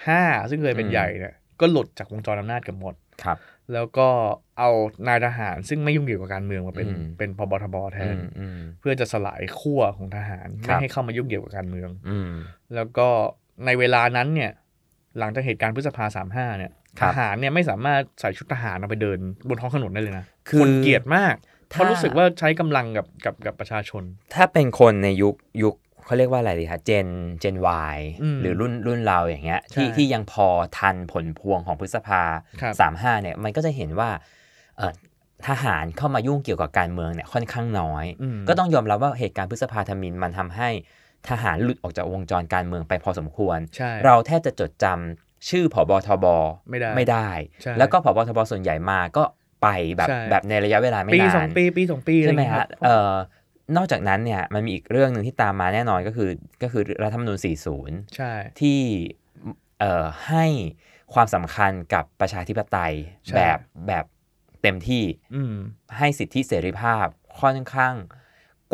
S2: ห้าซึ่งเคยเป็น
S3: อืม
S2: ใหญ่เนี่ยก็หลุดจากวงจรอำนาจเกับหมด
S3: ครับ
S2: แล้วก็เอานายทหารซึ่งไม่ยุ่งเกี่ยวกับการเมืองมาเป็น
S3: อืม
S2: เป็นพบทบแท
S3: อื
S2: น
S3: มอืม
S2: เพื่อจะสลายขั้วของทหาร
S3: ครั
S2: ไม่
S3: บ
S2: ให้เข้ามายุ่งเกี่ยวกับการเมือง
S3: อืม
S2: แล้วก็ในเวลานั้นเนี่ย หลังจากเหตุการณ์พฤษภาสามห้าเนี่ย
S3: ค
S2: ท
S3: รับ
S2: หารเนี่ยไม่สามารถใส่ชุดทหารออกไปเดินบนท้องถนนได้เลยนะ
S3: คือ
S2: คนเกลียดมากเพ
S3: ถ้า
S2: ราะรู้สึกว่าใช้กำลังกับกับกับประชาชน
S3: ถ้าเป็นคนในยุคยุคเขาเรียกว่าอะไรดีคะเจนเจนว
S2: อืม
S3: หรือรุ่นรุ่นเราอย่างเงี้ย
S2: ใช่
S3: ที่ที่ยังพอทันผลพวงของพฤษภา
S2: ครับ
S3: สามห้าเนี่ยมันก็จะเห็นว่าเอ่อทหารเข้ามายุ่งเกี่ยวกับการเมืองเนี่ยค่อนข้างน้อย
S2: ม
S3: ก็ต้องยอมรับว่าเหตุการณ์พฤษภาธมินมันทำให้ ทหารหลุดออกจากวงจรการเมืองไปพอสมควร
S2: ใช่
S3: เราแทบจะจดจำชื่อผบทบ
S2: ไม่ได้
S3: ไม่ได้
S2: ใช่
S3: แล้วก็ผบทบส่วนใหญ่มาก็ไปแบบ
S2: ใช่
S3: แบบในระยะเวลาไม่
S2: ปี
S3: นาน
S2: สองปีปีสองปีอะร
S3: ใช่ไหม
S2: อย่างเงี้
S3: ฮะ
S2: ยครับ
S3: เอ่อนอกจากนั้นเนี่ยมันมีอีกเรื่องหนึ่งที่ตามมาแน่นอนก็คือก็คือรัฐธรรมนูญ 40
S2: ใช่
S3: ที่เอ่อให้ความสำคัญกับประชาธิปไตย
S2: ใช่
S3: แบบแบบเต็มที่
S2: อืม
S3: ให้สิทธิเสรีภาพค่อนข้าง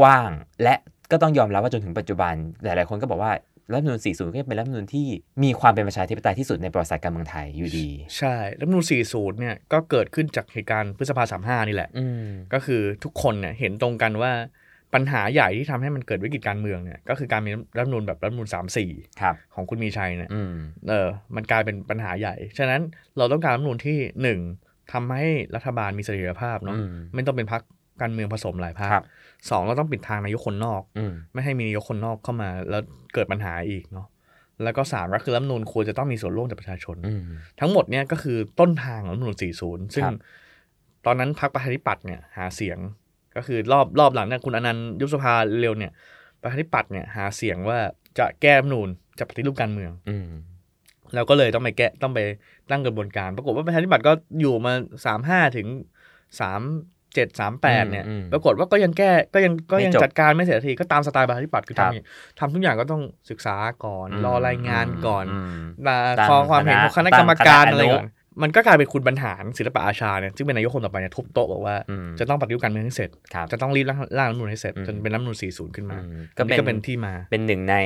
S3: กว้าง และก็ต้องยอมรับว่าจนถึงปัจจุบัน หลายๆคนก็บอกว่ารัฐธรรมนูญ 40 ก็ยังเป็นรัฐธรรมนูญที่มีความเป็นประชาธิปไตยที่สุดในประวัติศาสตร์การเมืองไทยอยู่ดี
S2: ใช่รัฐธรรมนูญ40 เนี่ยก็เกิดขึ้นจากเหตุการณ์พฤษภา35 นี่แหละ
S3: อืม
S2: ก็คือทุกคนเนี่ยเห็นตรงกันว่าปัญหาใหญ่ที่ทำให้มันเกิดวิกฤตการเมืองเนี่ยก็คือการมีรัฐธรรมนูญแบบรัฐธรรมนูญ
S3: ครับ
S2: 34 ของคุณมีชัยเนี่ย
S3: อืม
S2: เออมันกลายเป็นปัญหาใหญ่ ฉะนั้นเราต้องการรัฐธรรมนูญที่หนึ่งทำให้รัฐบาลมีเสถียรภาพเนาะ
S3: อืม
S2: ไม่ต้องเป็นพักการเมืองผสมหลายพรรค
S3: ครับ
S2: สองเราต้องปิดทางนายกคนนอก
S3: อืม
S2: ไม่ให้มีนายกคนนอกเข้ามาแล้วเกิดปัญหาอีกเนาะแล้วก็สามก็คือรัฐธรรมนูญควรจะต้องมีส่วนร่วมจากประชาชน
S3: อืม
S2: ทั้งหมดเนี่ยก็คือต้นทางของรัฐธรรมนูญ40 ซึ่ง
S3: ครับ
S2: ตอนนั้นพรรคประชาธิปัตย์เนี่ยหาเสียง ก็คือรอบรอบหลังเนี่ยคุณอนันต์ยุบสภาเร็วเนี่ยประชาธิปัตย์เนี่ยหาเสียงว่าจะแก้รัฐธรรมนูญจะปฏิรูปการเมือง
S3: อืม
S2: แล้วก็เลยต้องไปแก้ต้องไปตั้งกระบวนการ ปรากฏว่าประชาธิปัตย์ก็อยู่มา 35 ถึง 3 7 3 8เนี่ย
S3: อืม
S2: ปรากฏว่าก็ยังแก้ก็ยังก็ยัง
S3: ไม่จบ
S2: จัดการไม่เสร็จสักทีก็ตามสไตล์ประชาธิปัตย์คือ
S3: ครับ
S2: ทำอย่างทำทุกอย่างก็ต้องศึกษาก่อน
S3: ม
S2: รอรายงานก่อน
S3: ม
S2: มา
S3: ตั้ง
S2: ขอความเห็น
S3: คณะ
S2: ของคณะกรรมการ
S3: ตั้งคณะ
S2: อะไรก่อ
S3: อน นุ
S2: มันก็กลายเป็นคุณบรรหารศิลปะอาชาเนี่ยซึ่งเป็นนายกคนต่อไปเนี่ยทุบโต๊ะบอกว่า
S3: อืม
S2: จะต้องปฏิรูปการเมืองให้เสร็จ
S3: ครับ
S2: จะต้องรีบร่างร่างรัฐธรรมนูญให้เสร็จ
S3: อืม
S2: จนเป็นรัฐธรรมนูญ40 ขึ้นมา
S3: อืม
S2: ก็
S3: ก็
S2: เป็ก็
S3: เป็นน
S2: เป็นที่มา
S3: เป็นหนึ่งใน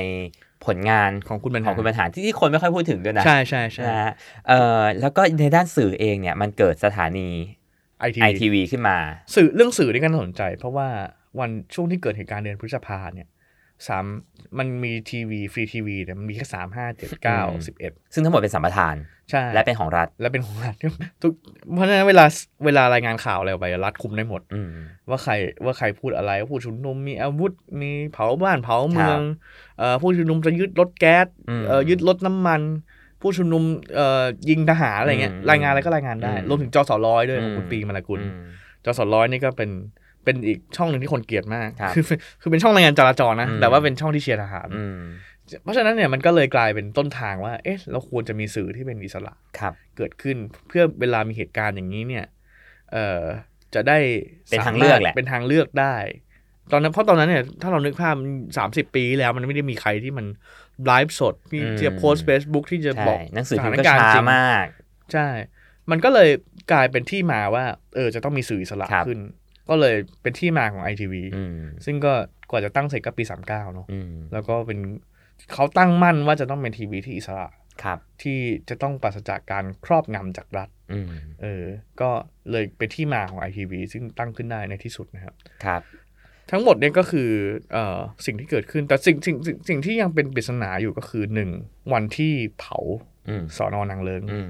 S3: ผลงาน
S2: ของคุณบรร
S3: ข
S2: หาร
S3: อ
S2: ง
S3: คุณบรรหารที่ที่คนไม่ค่อยพูดถึงด้วยนะ
S2: ใช่ใช่ใช่
S3: นะฮะเอ่อแล้วก็ในด้านสื่อเองเนี่ยมันเกิดสถานี
S2: ไอที
S3: ไอทีวีขึ้นมา
S2: สื่อเรื่องสื่อนี่ก็น่าสนใจ เพราะว่าวันช่วงที่เกิดเหตุการณ์เดือนพฤษภาเนี่ยสามมันมีทีวีฟรีทีวีเนี่ยมันมีแค่สามห้าเจ็ดเก้า
S3: อืม
S2: สิบเอ็ด
S3: ซึ่งทั้งหมดเป็นสัมปทาน
S2: ใช่
S3: และเป็นของรัฐ
S2: และเป็นของ รัฐ ทุกเพราะฉะนั้นเวลาเวลารายงานข่าวอะไรออกไปรัฐคุมได้หมด
S3: อืม
S2: ว่าใครว่าใครพูดอะไรว่าผู้ชุมนุมมีอาวุธมีเผาบ้านเผาเมือง
S3: ครับ
S2: เอ่อผู้ชุมนุมจะยึดรถแก๊ส
S3: อืม
S2: เอ่อยึดรถน้ำมัน ผู้ชุมนุมเอ่อยิงทหารอะไรเงี้ย
S3: อืม
S2: รายงานอะไรก็รายงานได้
S3: อืม
S2: รวมถึงจอสอร้อยด้วยของคุณ
S3: อืม
S2: ปีมาลากุล
S3: อืม
S2: จอสอร้อยนี่ก็เป็นเป็นอีกช่องหนึ่งที่คนเกลียดมาก
S3: ครั
S2: อ
S3: บ
S2: คือเป็นช่องรายงานจราจรนะ
S3: อืม
S2: แต่ว่าเป็นช่องที่เชียร์ทหาร
S3: อืม
S2: เพราะฉะนั้นเนี่ยมันก็เลยกลายเป็นต้นทางว่าเอ๊ะเราควรจะมีสื่อที่เป็นอิสระ
S3: ครับ
S2: เกิดขึ้นเพื่อเวลามีเหตุการณ์อย่างนี้เนี่ย เอ่อจะได้
S3: เป็นทาง
S2: สมรถ
S3: เลือกแหละ
S2: เป็นทางเลือกได้ ตอนนั้นเพราะตอนนั้นเนี่ยถ้าเรานึกภาพสามสิบปีที่แล้วมันไม่ได้มีใครที่มันไลฟ์สดที่จะโพสต์เฟซบุ๊กที่จะ
S3: ใช่
S2: บอก
S3: หนังสือ
S2: ส
S3: พิม
S2: ถาน
S3: พ์ก็
S2: การณ์จ
S3: ช้า
S2: ริง
S3: มาก
S2: ใช่ มันก็เลยกลายเป็นที่มาว่า เออจะต้องมีสื่ออิสระ
S3: ครับ
S2: ขึ้น ก็เลยเป็นที่มาของ ITV
S3: อืม
S2: ซึ่งก็กว่าจะตั้งเสร็จก็ปี 39เนาะ
S3: อืม
S2: แล้วก็เป็นเขาตั้งมั่นว่าจะต้องเป็นทีวีที่อิสระ
S3: ครับ
S2: ที่จะต้องปราศจากการครอบงำจากรัฐ
S3: อืม
S2: เออ ก็เลยเป็นที่มาของ ITV ซึ่งตั้งขึ้นได้ในที่สุดนะครับ
S3: ครับ
S2: ทั้งหมดเนี่ยก็คือเอ่อสิ่งที่เกิดขึ้น แต่สิ่งสิ่งสิ่งสิ่งที่ยังเป็นปริศนาอยู่ก็คือหนึ่งวันที่เผา
S3: อืม
S2: สอนอนางเลิง
S3: อืม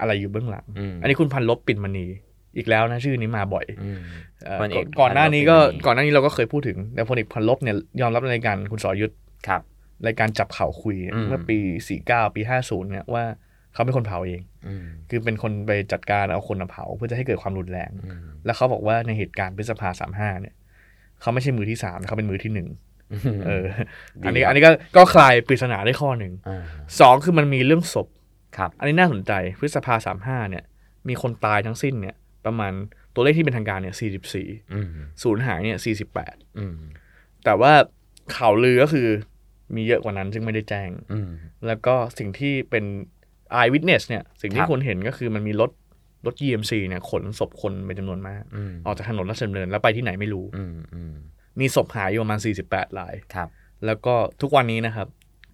S2: อะไรอยู่เบื้องหลัง
S3: อืม
S2: อันนี้คุณพันลบปิ่นมณีอีกแล้วนะชื่อนี้มาบ่อย
S3: อืม
S2: เอ่อ
S3: พลเอก
S2: ก่อนก่อนหน้านี้ก็
S3: พันลบปิ่นมณี
S2: ก่อนหน้านี้เราก็เคยพูดถึง แต่พลเอกพันลบเนี่ยยอมรับในรายการคุณสอยุทธ
S3: ครับ
S2: รายการจับข่าวคุย
S3: อืม
S2: เมื่อปี 49 ปี 50เนี่ยว่าเขาเป็นคนเผาเอง
S3: อืม
S2: คือเป็นคนไปจัดการเอาคนมาเผาเพื่อจะให้เกิดความรุนแรง
S3: อืม
S2: แล้วเขาบอกว่าในเหตุการณ์พฤษภาสามห้าเนี่ยเขาไม่ใช่มือที่สามเขาเป็นมือที่หนึ่งเออ อันนี้อันนี้ก็ก็คลายปริศนาได้ข้อหนึ่ง
S3: อ่า
S2: สองคือมันมีเรื่องศพ
S3: ครับ
S2: อันนี้น่าสนใจพฤษภาสามห้าเนี่ย มีคนตายทั้งสิ้นเนี่ย ประมาณตัวเลขที่เป็นทางการเนี่ยสี่สิบสี่
S3: อืม
S2: ศูนย์หายเนี่ยสี่สิบแปด
S3: อืม
S2: แต่ว่าข่าวลือก็คือมีเยอะกว่านั้นซึ่งไม่ได้แจ้ง
S3: อืม
S2: แล้วก็สิ่งที่เป็น eye witness เนี่ย สิ่ง
S3: ค
S2: ที่
S3: รับ
S2: คนเห็นก็คือมันมีรถรถ EMC เนี่ยขนศพคนเป็นจำนวนมาก
S3: อืม
S2: ออกจากถนนราชดำเนินแล้วไปที่ไหนไม่รู้
S3: อืมอืม
S2: มีศพหายอยู่ประมาณ 48ราย
S3: ครับ
S2: แล้วก็ทุกวันนี้นะครับ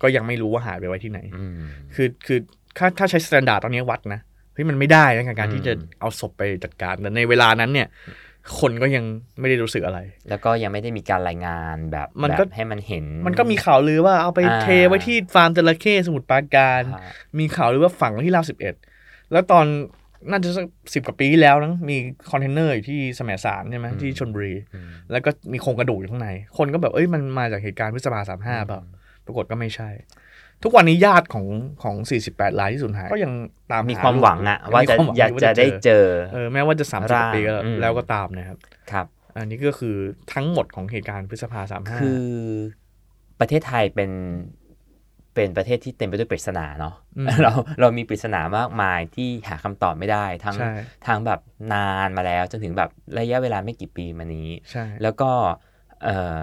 S2: ก็ยังไม่รู้ว่าหายไปไว้ที่ไหน
S3: อืม
S2: คือคือถ้าถ้าใช้สแตนดาร์ดตอนนี้วัดนะเฮ้ยมันไม่ได้นะกับการ
S3: อืม
S2: ที่จะเอาศพไปจัดการแต่ในเวลานั้นเนี่ย คนก็ยังไม่ได้รู้สึกอะไร
S3: แล้วก็ยังไม่ได้มีการรายงานแบบ
S2: มันก็
S3: แบบให้มันเห็น
S2: มันก็มีข่าวลือว่าเอาไป
S3: อ่า
S2: เทไว้ที่ฟาร์มจระเข้สมุทรปราการ
S3: อ่า
S2: มีข่าวลือว่าฝังไว้ที่ราวสิบเอ็ดแล้วตอนน่าจะสักสิบกว่าปีที่แล้วนะมีคอนเทนเนอร์อยู่ที่แสมสารใช่ไหมที่ชลบุรี
S3: อืม
S2: แล้วก็มีโครงกระดูกอยู่ข้างใน คนก็แบบเอ้ยมันมาจากเหตุการณ์พฤษภาสามห้าเปล่าปรากฏก็ไม่ใช่ ทุกวันนี้ญาติของของ 48รายที่สูญหาย ก็ยังตาม
S3: มีความหวังอะว่าจะ
S2: มีคมหวัง
S3: อยากจะได้เจอ
S2: เออแม้ว่าจะสามสิบ
S3: ร่าง
S2: ปีก็แล้ว
S3: อืม
S2: แล้วก็ตามนะครับ
S3: ครับ
S2: อันนี้ก็คือทั้งหมดของเหตุการณ์พฤษภาสามห้า
S3: คือ ประเทศไทยเป็นเป็นประเทศที่เต็มไปด้วยปริศนาเนาะ
S2: อืม
S3: เราเรามีปริศนามากมายที่หาคำตอบไม่ได้ ทั้ง
S2: ใช่
S3: ทั้งแบบนานมาแล้ว จนถึงแบบระยะเวลาไม่กี่ปีมานี้
S2: ใช่
S3: แล้วก็เอ่อ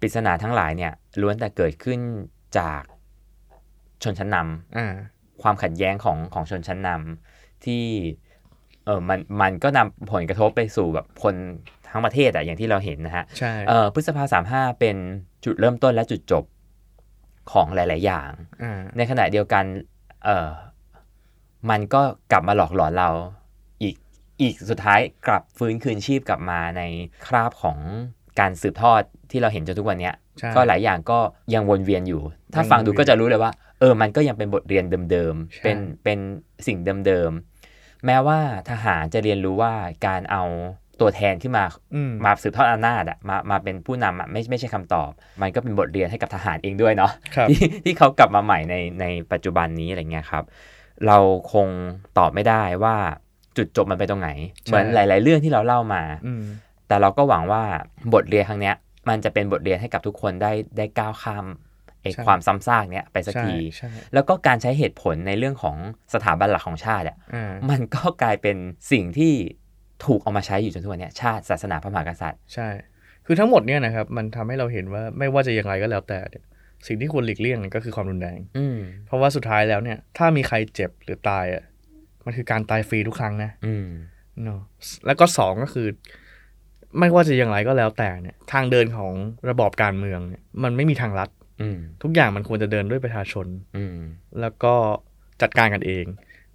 S3: ปริศนาทั้งหลายเนี่ยล้วนแต่เกิดขึ้นจากชนชั้นนำ
S2: อ่า
S3: ความขัดแย้งของของชนชั้นนำที่เออมันมันก็นำผลกระทบไปสู่แบบคนทั้งประเทศอะอย่างที่เราเห็นนะฮะ
S2: ใช่
S3: เออพฤษภาสามห้าเป็นจุดเริ่มต้นและจุดจบของหลาย ๆ อย่าง
S2: อ่า
S3: ในขณะเดียวกันเออมันก็กลับมาหลอกหลอนเราอีกอีกสุดท้ายกลับฟื้นคืนชีพกลับมาในคราบของการสืบทอดที่เราเห็นจนทุกวันเนี้ย
S2: ใช่
S3: ก็หลายอย่างก็ยังวนเวียนอยู่ ถ้า
S2: ยัง
S3: ฟังดู
S2: วนเวียน
S3: ก็จะรู้เลยว่า เออ มันก็ยังเป็นบทเรียนเดิม
S2: ใช่
S3: ๆ เป็น เป็นสิ่งเดิมๆ แม้ว่าทหารจะเรียนรู้ว่าการเอาตัวแทนขึ้นมา
S2: อืม
S3: มาสืบทอดอำนาจอะมา มาเป็นผู้นำอะไม่ ไม่ใช่คำตอบ มันก็เป็นบทเรียนให้กับทหารเองด้วยเนาะ
S2: ครับ
S3: ที่ ที่เขากลับมาใหม่ในในปัจจุบันนี้อะไรเงี้ยครับ เราคงตอบไม่ได้ว่าจุดจบมันไปตรงไหน เหมือนหลาย ๆ เรื่องที่เราเล่ามา
S2: อืม
S3: แต่เราก็หวังว่าบทเรียนครั้งเนี้ย มันจะเป็นบทเรียนให้กับทุกคนได้ได้ก้าวข้ามไอ้
S2: ใช่
S3: ความซ้ำซากเนี้ยไปสัก
S2: ใช่
S3: ที
S2: ใช่
S3: แล้วก็การใช้เหตุผลในเรื่องของสถาบันหลักของชาติอ่ะ
S2: อ่า
S3: มันก็กลายเป็นสิ่งที่ถูกเอามาใช้อยู่จนทุกวันเนี้ยชาติศาสนาพระมหากษัตริย์
S2: ใช่ คือทั้งหมดเนี่ยนะครับ มันทำให้เราเห็นว่าไม่ว่าจะอย่างไรก็แล้วแต่เนี่ยสิ่งที่ควรหลีกเลี่ยงเนี่ยก็คือความรุนแรง
S3: อืม
S2: เพราะว่าสุดท้ายแล้วเนี่ย ถ้ามีใครเจ็บหรือตายอ่ะมันคือการตายฟรีทุกครั้งนะ
S3: อืม
S2: เนาะแล้วก็สองก็คือ ไม่ว่าจะอย่างไรก็แล้วแต่เนี่ย ทางเดินของระบอบการเมืองเนี่ยมันไม่มีทางลัด
S3: อืม
S2: ทุกอย่างมันควรจะเดินด้วยประชาชน
S3: อืม
S2: แล้วก็จัดการกันเอง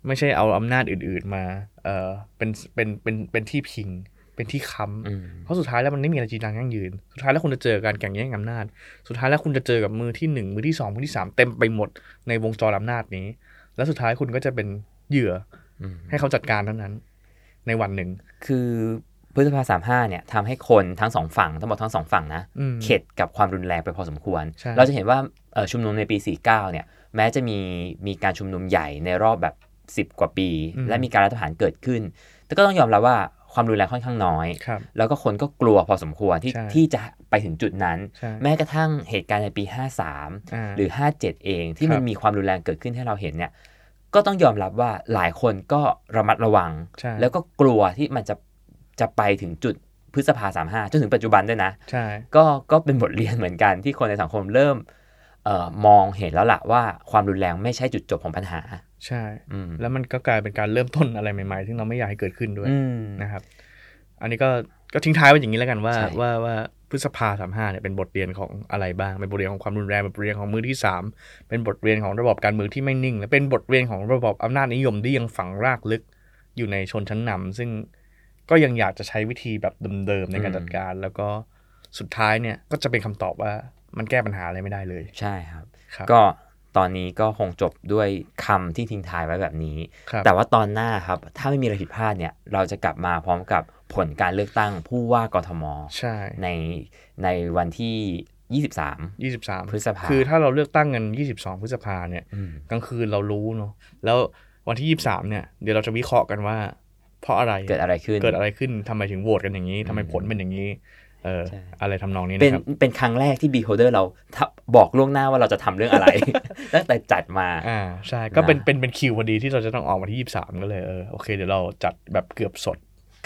S2: ไม่ใช่เอาอำนาจอื่น ๆมาเออเป็นเป็นเป็นเป็นที่พิง เป็นที่ค้ำ
S3: อืม
S2: เพราะสุดท้ายแล้วมันไม่มีอะไรจริงจังยั่งยืน สุดท้ายแล้วคุณจะเจอการแข่งแย่งอำนาจ สุดท้ายแล้วคุณจะเจอกับมือที่หนึ่งมือที่สองมือที่สามเต็มไปหมดในวงจรอำนาจนี้ แล้วสุดท้ายคุณก็จะเป็นเหยื่อ
S3: อืม
S2: ให้เขาจัดการเท่านั้น ในวันหนึ่ง
S3: คือพฤษภาสามห้าเนี่ยทำให้คนทั้งสองฝั่งทั้งหมดทั้งสองฝั่งนะ
S2: อืม
S3: เข็ดกับความรุนแรงไปพอสมควร
S2: ใช่
S3: เราจะเห็นว่าเอ่อชุมนุมในปี 49 เนี่ย แม้จะมีมีการชุมนุมใหญ่ในรอบแบบ 10 กว่าปี และมีการรัฐประหารเกิดขึ้น แต่ก็ต้องยอมรับว่าความรุนแรงค่อนข้างน้อย
S2: ครับ
S3: แล้วก็คนก็กลัวพอสมควรที่
S2: ใช่
S3: ที่จะไปถึงจุดนั้น
S2: ใช่
S3: แม้กระทั่งเหตุการณ์ในปี 53
S2: า
S3: หรือ 57 เองที่
S2: ครับ
S3: มันมีความรุนแรงเกิดขึ้นให้เราเห็นเนี่ย ก็ต้องยอมรับว่าหลายคนก็ระมัดระวัง
S2: ใช่
S3: แล้วก็กลัวที่มันจะจะไปถึงจุดพฤษภา35จนถึงปัจจุบันด้วยนะ
S2: ใช่
S3: ก็ก็เป็นบทเรียนเหมือนกันที่คนในสังคมเริ่มเออมองเห็นแล้วล่ะว่าความรุนแรงไม่ใช่จุดจบของปัญหา
S2: ใช่
S3: อืม
S2: แล้วมันก็กลายเป็นการเริ่มต้นอะไรใหม่ๆ ซึ่งเราไม่อยากให้เกิดขึ้นด้วย
S3: อืม
S2: นะครับ อันนี้ก็ก็ทิ้งท้ายไว้อย่างนี้แล้วกันว่า
S3: ใช่
S2: ว่าว่าพฤษภาสามห้าเนี่ยเป็นบทเรียนของอะไรบ้างเป็นบทเรียนของความรุนแรงเป็นบทเรียนของมือที่สามเป็นบทเรียนของระบอบการเมืองที่ไม่นิ่ง และเป็นบทเรียนของระบอบอำนาจนิยมที่ยังฝังรากลึกอยู่ในชนชั้นนำซึ่งก็ยังอยากจะใช้วิธีแบบเดิมๆในการจัดการ แล้วก็สุดท้ายเนี่ยก็จะเป็นคำตอบว่ามันแก้ปัญหาอะไรไม่ได้เลย
S3: ใช่ครับ
S2: ครับ
S3: ก็ตอนนี้ก็คงจบด้วยคำที่ทิ้งท้ายไว้แบบนี้
S2: ครับ
S3: แต่ว่าตอนหน้าครับ ถ้าไม่มีอะไรผิดพลาดเนี่ย เราจะกลับมาพร้อมกับผลการเลือกตั้งผู้ว่ากทม
S2: ใช่
S3: ในในวันที่ 23
S2: ยี่สิบสาม
S3: พฤษภา
S2: คือถ้าเราเลือกตั้งกันยี่สิบสองพฤษภาเนี่ย
S3: อืม
S2: กลางคืนเรารู้เนาะแล้ววันที่ยี่สามเนี่ยเดี๋ยวเราจะวิเคราะห์กันว่า เพราะอะไร
S3: เกิดอะไรขึ้น
S2: เกิดอะไรขึ้นทำไมถึงโหวตกันอย่างนี้ทำไมผลเป็นอย่างนี้เออ
S3: ใช่
S2: อะไรทำนองนี้
S3: เป็น
S2: นะครับ
S3: เป็นครั้งแรกที่ Beholder เราทับบอกล่วงหน้าว่าเราจะทำเรื่องอะไร ตั้งแต่จัดมา
S2: อ่าใช่ก็เป็น
S3: นะ
S2: เป็นเป็นคิวพอดีที่เราจะต้องออกวันที่ยี่สามก็เลยเออโอเคเดี๋ยวเราจัดแบบเกือบสด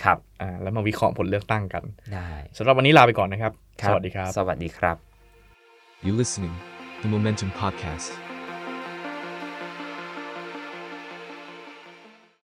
S3: ครับ
S2: อ่าแล้วมาวิเคราะห์ผลเลือกตั้งกัน
S3: ได้
S2: สำหรับวันนี้ลาไปก่อนนะครับ
S3: ค
S2: ส
S3: รับ
S2: วัสดีครับ
S3: สวัสดีครับ
S1: You listening, the Momentum Podcast.